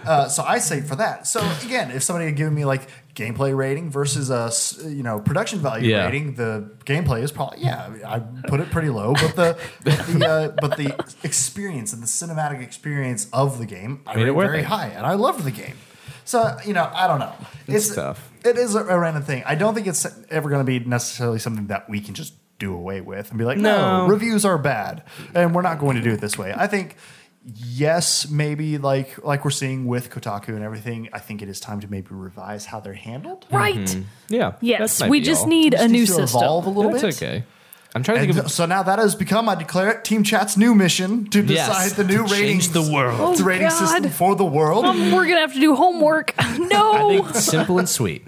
Speaker 1: uh, so I say for that. So again, if somebody had given me like gameplay rating versus a s- you know production value
Speaker 3: Yeah.
Speaker 1: rating, the gameplay is probably yeah I put it pretty low, but the but the, uh, but the experience and the cinematic experience of the game I
Speaker 3: Made it
Speaker 1: rated
Speaker 3: worth
Speaker 1: very
Speaker 3: it.
Speaker 1: high, and I loved the game. So you know, I don't know.
Speaker 3: It's tough.
Speaker 1: It is a, a random thing. I don't think it's ever going to be necessarily something that we can just do away with and be like, no,
Speaker 3: No.
Speaker 1: reviews are bad, and we're not going to do it this way. I think yes, maybe like like we're seeing with Kotaku and everything. I think it is time to maybe revise how they're handled.
Speaker 2: [LAUGHS] right.
Speaker 3: Yeah.
Speaker 2: Yes,
Speaker 3: Mm-hmm. That might
Speaker 2: we
Speaker 3: be
Speaker 2: just
Speaker 3: all.
Speaker 2: need a
Speaker 1: Just
Speaker 2: new
Speaker 1: needs to
Speaker 2: system.
Speaker 1: evolve a little
Speaker 3: That's
Speaker 1: bit.
Speaker 3: okay. I'm trying to
Speaker 1: And
Speaker 3: think
Speaker 1: th-
Speaker 3: of
Speaker 1: so now that has become, I declare it, Team Chat's new mission to decide
Speaker 3: Yes,
Speaker 1: the
Speaker 3: to
Speaker 1: new
Speaker 3: change
Speaker 1: ratings,
Speaker 3: the world.
Speaker 1: the
Speaker 2: Oh,
Speaker 1: rating
Speaker 2: God.
Speaker 1: system for the world.
Speaker 2: Um, we're gonna have to do homework. [LAUGHS]
Speaker 3: I
Speaker 2: no,
Speaker 3: think simple and sweet.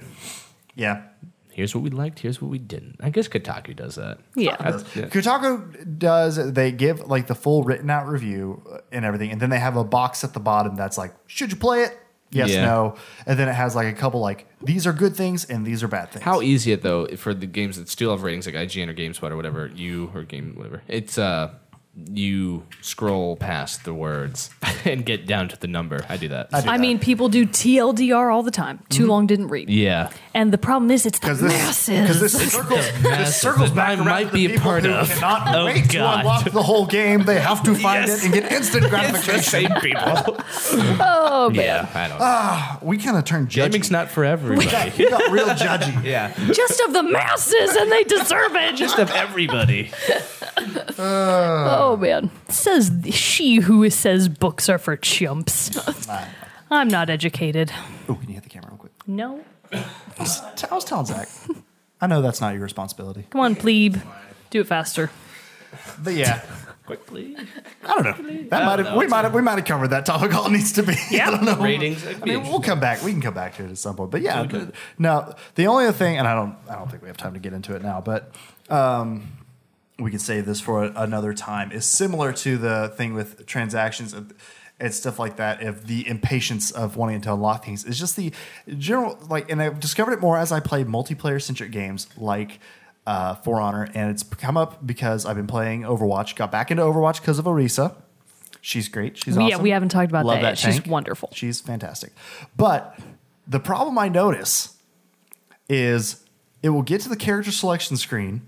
Speaker 1: yeah,
Speaker 3: Here's what we liked. Here's what we didn't. I guess Kotaku does that.
Speaker 2: Yeah.
Speaker 3: That's- yeah.
Speaker 1: Kotaku does they give like the full written out review uh, and everything, and then they have a box at the bottom that's like, should you play it? Yes,
Speaker 3: Yeah.
Speaker 1: no, and then it has like a couple like these are good things and these are bad things.
Speaker 3: How easy it though for the games that still have ratings like IGN or GameSpot or whatever you or game whatever. It's uh you scroll past the words [LAUGHS] and get down to the number. I do that.
Speaker 1: I do
Speaker 2: I
Speaker 1: that.
Speaker 2: mean people do TLDR all the time. Too
Speaker 3: Mm-hmm.
Speaker 2: long didn't read.
Speaker 3: yeah.
Speaker 2: And the problem is, it's the
Speaker 1: because this because
Speaker 2: masses.
Speaker 1: this circles this
Speaker 3: masses
Speaker 1: circles
Speaker 3: that
Speaker 1: back
Speaker 3: I
Speaker 1: around
Speaker 3: might
Speaker 1: to the
Speaker 3: be a
Speaker 1: people
Speaker 3: part
Speaker 1: who
Speaker 3: of. Oh,
Speaker 1: Cannot wait to
Speaker 4: God.
Speaker 1: unlock the whole game. They have to find
Speaker 4: Yes.
Speaker 1: it and get
Speaker 3: [LAUGHS]
Speaker 1: instant gratification.
Speaker 3: Same [LAUGHS] people.
Speaker 2: oh man,
Speaker 3: yeah, I don't know.
Speaker 1: we kind of turned
Speaker 3: Gaming's
Speaker 1: judgy.
Speaker 3: not
Speaker 1: [LAUGHS]
Speaker 3: for everybody.
Speaker 1: we got real
Speaker 3: [LAUGHS]
Speaker 1: judgy.
Speaker 4: Yeah,
Speaker 2: just of the masses, and they deserve it.
Speaker 4: just of everybody.
Speaker 2: oh Oh man, says th- she who says books are for chumps. I'm not educated.
Speaker 1: Oh, can you hit the camera real quick?
Speaker 2: No,
Speaker 1: I was telling Zach. I know that's not your responsibility.
Speaker 2: come on, plebe, do it faster.
Speaker 1: But yeah,
Speaker 3: Quickly.
Speaker 1: I don't know. That might have we might have we might have covered that topic all it needs to be. [LAUGHS] I don't know.
Speaker 3: Ratings.
Speaker 1: I mean, we'll come back. We can come back to it at some point. But yeah, th- now the only other thing, and I don't, I don't think we have time to get into it now, but um, we can save this for a- another time. Is similar to the thing with transactions and, and stuff like that. If the impatience of wanting to unlock things is just the general like, and I've discovered it more as I play multiplayer centric games like. Uh, For Honor, and it's come up because I've been playing Overwatch. Got back into Overwatch because of Orisa. She's great. She's
Speaker 2: Yeah,
Speaker 1: awesome.
Speaker 2: we haven't talked about
Speaker 1: Love
Speaker 2: that yet. She's
Speaker 1: tank.
Speaker 2: wonderful.
Speaker 1: She's fantastic. But the problem I notice is it will get to the character selection screen.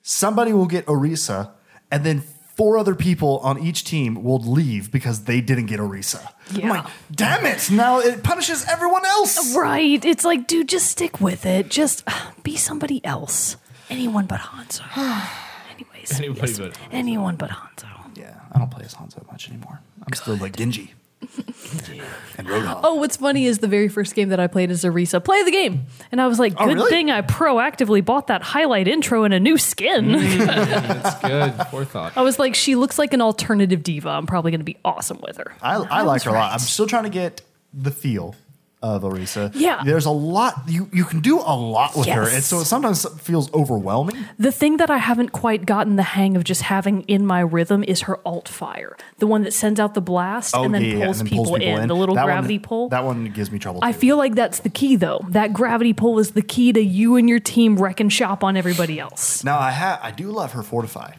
Speaker 1: Somebody will get Orisa, and then four other people on each team will leave because they didn't get Orisa. I'm
Speaker 2: Yeah.
Speaker 1: like, damn it! Now it punishes everyone else.
Speaker 2: Right? It's like, dude, just stick with it. Just uh, be somebody else. Anyone
Speaker 1: [SIGHS]
Speaker 2: but Hanzo. Anyways,
Speaker 3: Anybody but-
Speaker 2: anyone but Hanzo.
Speaker 1: Yeah, I don't play as Hanzo much anymore. I'm still like Genji
Speaker 2: [LAUGHS]
Speaker 1: and Roadhog.
Speaker 2: Oh, what's funny is the very first game that I played as Arisa, play the game. And I was like, good
Speaker 1: Oh, really?
Speaker 2: thing I proactively bought that highlight intro and a new skin.
Speaker 1: Mm.
Speaker 3: That's good. Forethought.
Speaker 2: I was like, she looks like an alternative diva. I'm probably going to be awesome with her.
Speaker 1: I, I, like her a lot. I'm still trying to get the feel of Orisa.
Speaker 2: Yeah.
Speaker 1: There's a lot you you can do a lot with her,
Speaker 2: Yes.
Speaker 1: and so it sometimes feels overwhelming.
Speaker 2: The thing that I haven't quite gotten the hang of just having in my rhythm is her alt fire, the one that sends out the blast and then,
Speaker 1: Oh, yeah, yeah,
Speaker 2: pulls,
Speaker 1: and then
Speaker 2: people in, the little
Speaker 1: That
Speaker 2: gravity
Speaker 1: one,
Speaker 2: pull.
Speaker 1: That one gives me trouble.
Speaker 2: I
Speaker 1: too.
Speaker 2: feel like that's the key, though. That gravity pull is the key to you and your team wrecking shop on everybody else.
Speaker 1: now I have I do love her fortify.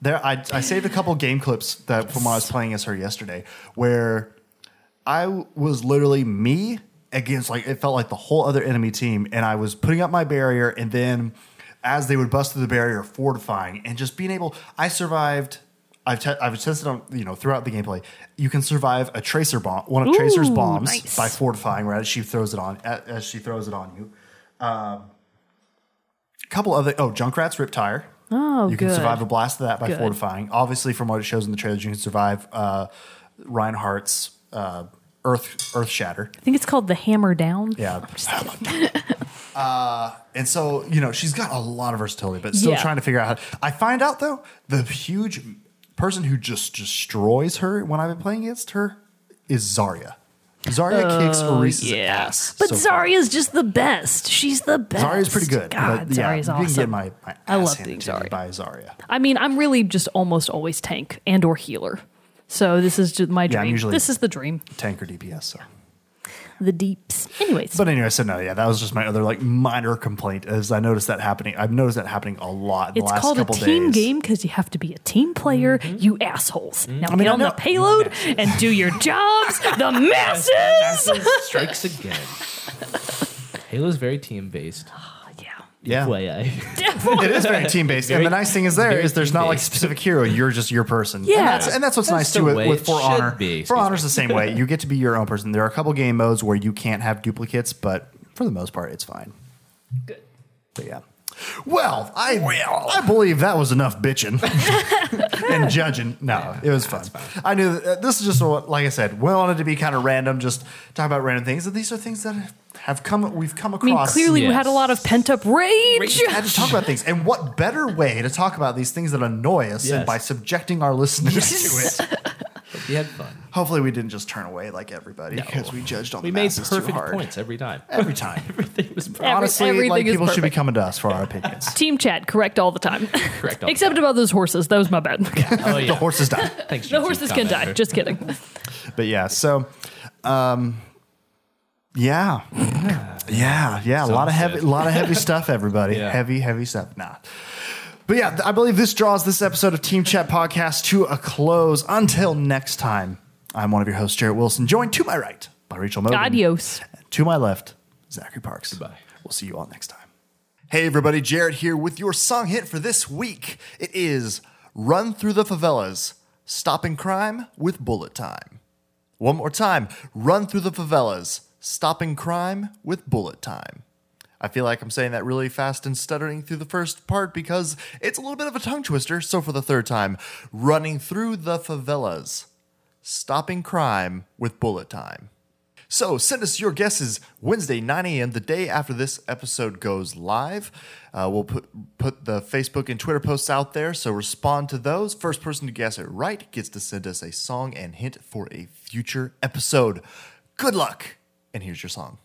Speaker 1: There I, I saved a couple game clips that from when I was playing as her yesterday where I was literally me against like it felt like the whole other enemy team and I was putting up my barrier and then as they would bust through the barrier fortifying and just being able I survived I've, te- I've tested on you know throughout the gameplay you can survive a tracer bomb one of tracer's
Speaker 2: Ooh,
Speaker 1: bombs
Speaker 2: nice.
Speaker 1: by fortifying right as she throws it on as as she throws it on you couple other oh Junkrat's Rip Tire.
Speaker 2: Oh,
Speaker 1: you can
Speaker 2: good.
Speaker 1: survive a blast of that by
Speaker 2: Good.
Speaker 1: fortifying. Obviously, from what it shows in the trailers, you can survive uh, Reinhardt's uh, Earth Earth Shatter.
Speaker 2: I think it's called the hammer down.
Speaker 1: Yeah. [LAUGHS] uh, and so you know she's got a lot of versatility, but still
Speaker 2: Yeah.
Speaker 1: trying to figure out. how I find out though the huge person who just destroys her when I've been playing against her is Zarya. Zarya kicks Oris's ass.
Speaker 2: Oh, But
Speaker 1: so far.
Speaker 2: Zarya's just the best. She's the best.
Speaker 1: Zarya's pretty good.
Speaker 2: God,
Speaker 1: but yeah,
Speaker 2: Zarya's
Speaker 1: you
Speaker 2: awesome.
Speaker 1: can get my, my ass
Speaker 2: I love
Speaker 1: handed
Speaker 2: being
Speaker 1: to me
Speaker 2: Zarya.
Speaker 1: by Zarya.
Speaker 2: I mean, I'm really just almost always tank and or healer. So this is just my
Speaker 1: Yeah, I'm
Speaker 2: dream.
Speaker 1: usually-
Speaker 2: this is the dream.
Speaker 1: tank or DPS. So.
Speaker 2: The deeps. Anyways.
Speaker 1: But anyway, so no, yeah, that was just my other like minor complaint is I noticed that happening. I've noticed that happening a lot in the
Speaker 2: it's
Speaker 1: last
Speaker 2: called a
Speaker 1: couple
Speaker 2: team
Speaker 1: days.
Speaker 2: game because you have to be a team player, you assholes. Now
Speaker 1: mean,
Speaker 2: get
Speaker 1: I
Speaker 2: on the
Speaker 1: know- [LAUGHS]
Speaker 2: payload and do your jobs, the masses!
Speaker 3: Strikes again. Halo's very team based.
Speaker 2: yeah.
Speaker 1: Yeah.
Speaker 3: FYI.
Speaker 1: It is very team based, and the nice thing is there
Speaker 3: very
Speaker 1: is there's not like a
Speaker 3: team-based.
Speaker 1: specific hero. You're just your person.
Speaker 2: Yeah.
Speaker 1: and that's, and that's what's
Speaker 3: That's
Speaker 1: nice
Speaker 3: the
Speaker 1: too with,
Speaker 3: way
Speaker 1: with
Speaker 3: it
Speaker 1: For
Speaker 3: should
Speaker 1: Honor.
Speaker 3: be,
Speaker 1: For
Speaker 3: excuse
Speaker 1: Honor's the same way. You get to be your own person. There are a couple game modes where you can't have duplicates, but for the most part, it's fine.
Speaker 2: Good.
Speaker 1: But yeah. Well, I I believe that was enough
Speaker 3: [LAUGHS]
Speaker 1: bitching and judging. No, it was fun. I knew that, uh, this is just what, like I said, we wanted to be kind of random, just talk about random things. And these are things that have come we've come
Speaker 2: I
Speaker 1: across.
Speaker 2: mean, clearly we
Speaker 3: Yes.
Speaker 2: had a lot of pent up rage.
Speaker 1: We had to talk about things, and what better way to talk about these things that annoy us than
Speaker 3: Yes.
Speaker 1: by subjecting our listeners to it?
Speaker 3: We had fun.
Speaker 1: Hopefully, we didn't just turn away like everybody because we judged on
Speaker 3: We
Speaker 1: the
Speaker 3: made
Speaker 1: masses too
Speaker 3: perfect
Speaker 1: hard
Speaker 3: points every time.
Speaker 1: every
Speaker 3: [LAUGHS]
Speaker 1: time.
Speaker 3: Everything was perfect.
Speaker 1: Honestly,
Speaker 2: everything
Speaker 1: like
Speaker 2: is
Speaker 1: people should be
Speaker 2: perfect.
Speaker 1: coming to us for our opinions.
Speaker 2: Team chat, correct all the time.
Speaker 3: Correct all the
Speaker 2: Except about those horses. That was my bad.
Speaker 3: Oh, [LAUGHS] yeah.
Speaker 1: The horses die.
Speaker 3: Thanks,
Speaker 2: the
Speaker 3: GT
Speaker 2: horses can die.
Speaker 3: commenter.
Speaker 2: Just kidding.
Speaker 1: But yeah, so um yeah. Yeah, yeah, a lot of heavy a
Speaker 3: Sunset.
Speaker 1: lot of heavy stuff everybody.
Speaker 3: Yeah.
Speaker 1: Heavy heavy stuff. Nah. But yeah, th- I believe this draws this episode of Team Chat Podcast to a close. Until next time, I'm one of your hosts, Jarrett Wilson, joined to my right by Rachel Mogan.
Speaker 2: Adios.
Speaker 1: To my left, Zachary Parks. Goodbye. We'll see you all next time. Hey, everybody, Jared here with your song hit for this week. It is Run Through the Favelas Stopping Crime with Bullet Time. One more time Run Through the Favelas Stopping Crime with Bullet Time. I feel like I'm saying that really fast and stuttering through the first part because it's a little bit of a tongue twister. So for the third time, running through the favelas, stopping crime with bullet time. So send us your guesses Wednesday, 9 a.m., the day after this episode goes live. Uh, we'll put, put the Facebook and Twitter posts out there, so respond to those. First person to guess it right gets to send us a song and hint for a future episode. Good luck! And here's your song.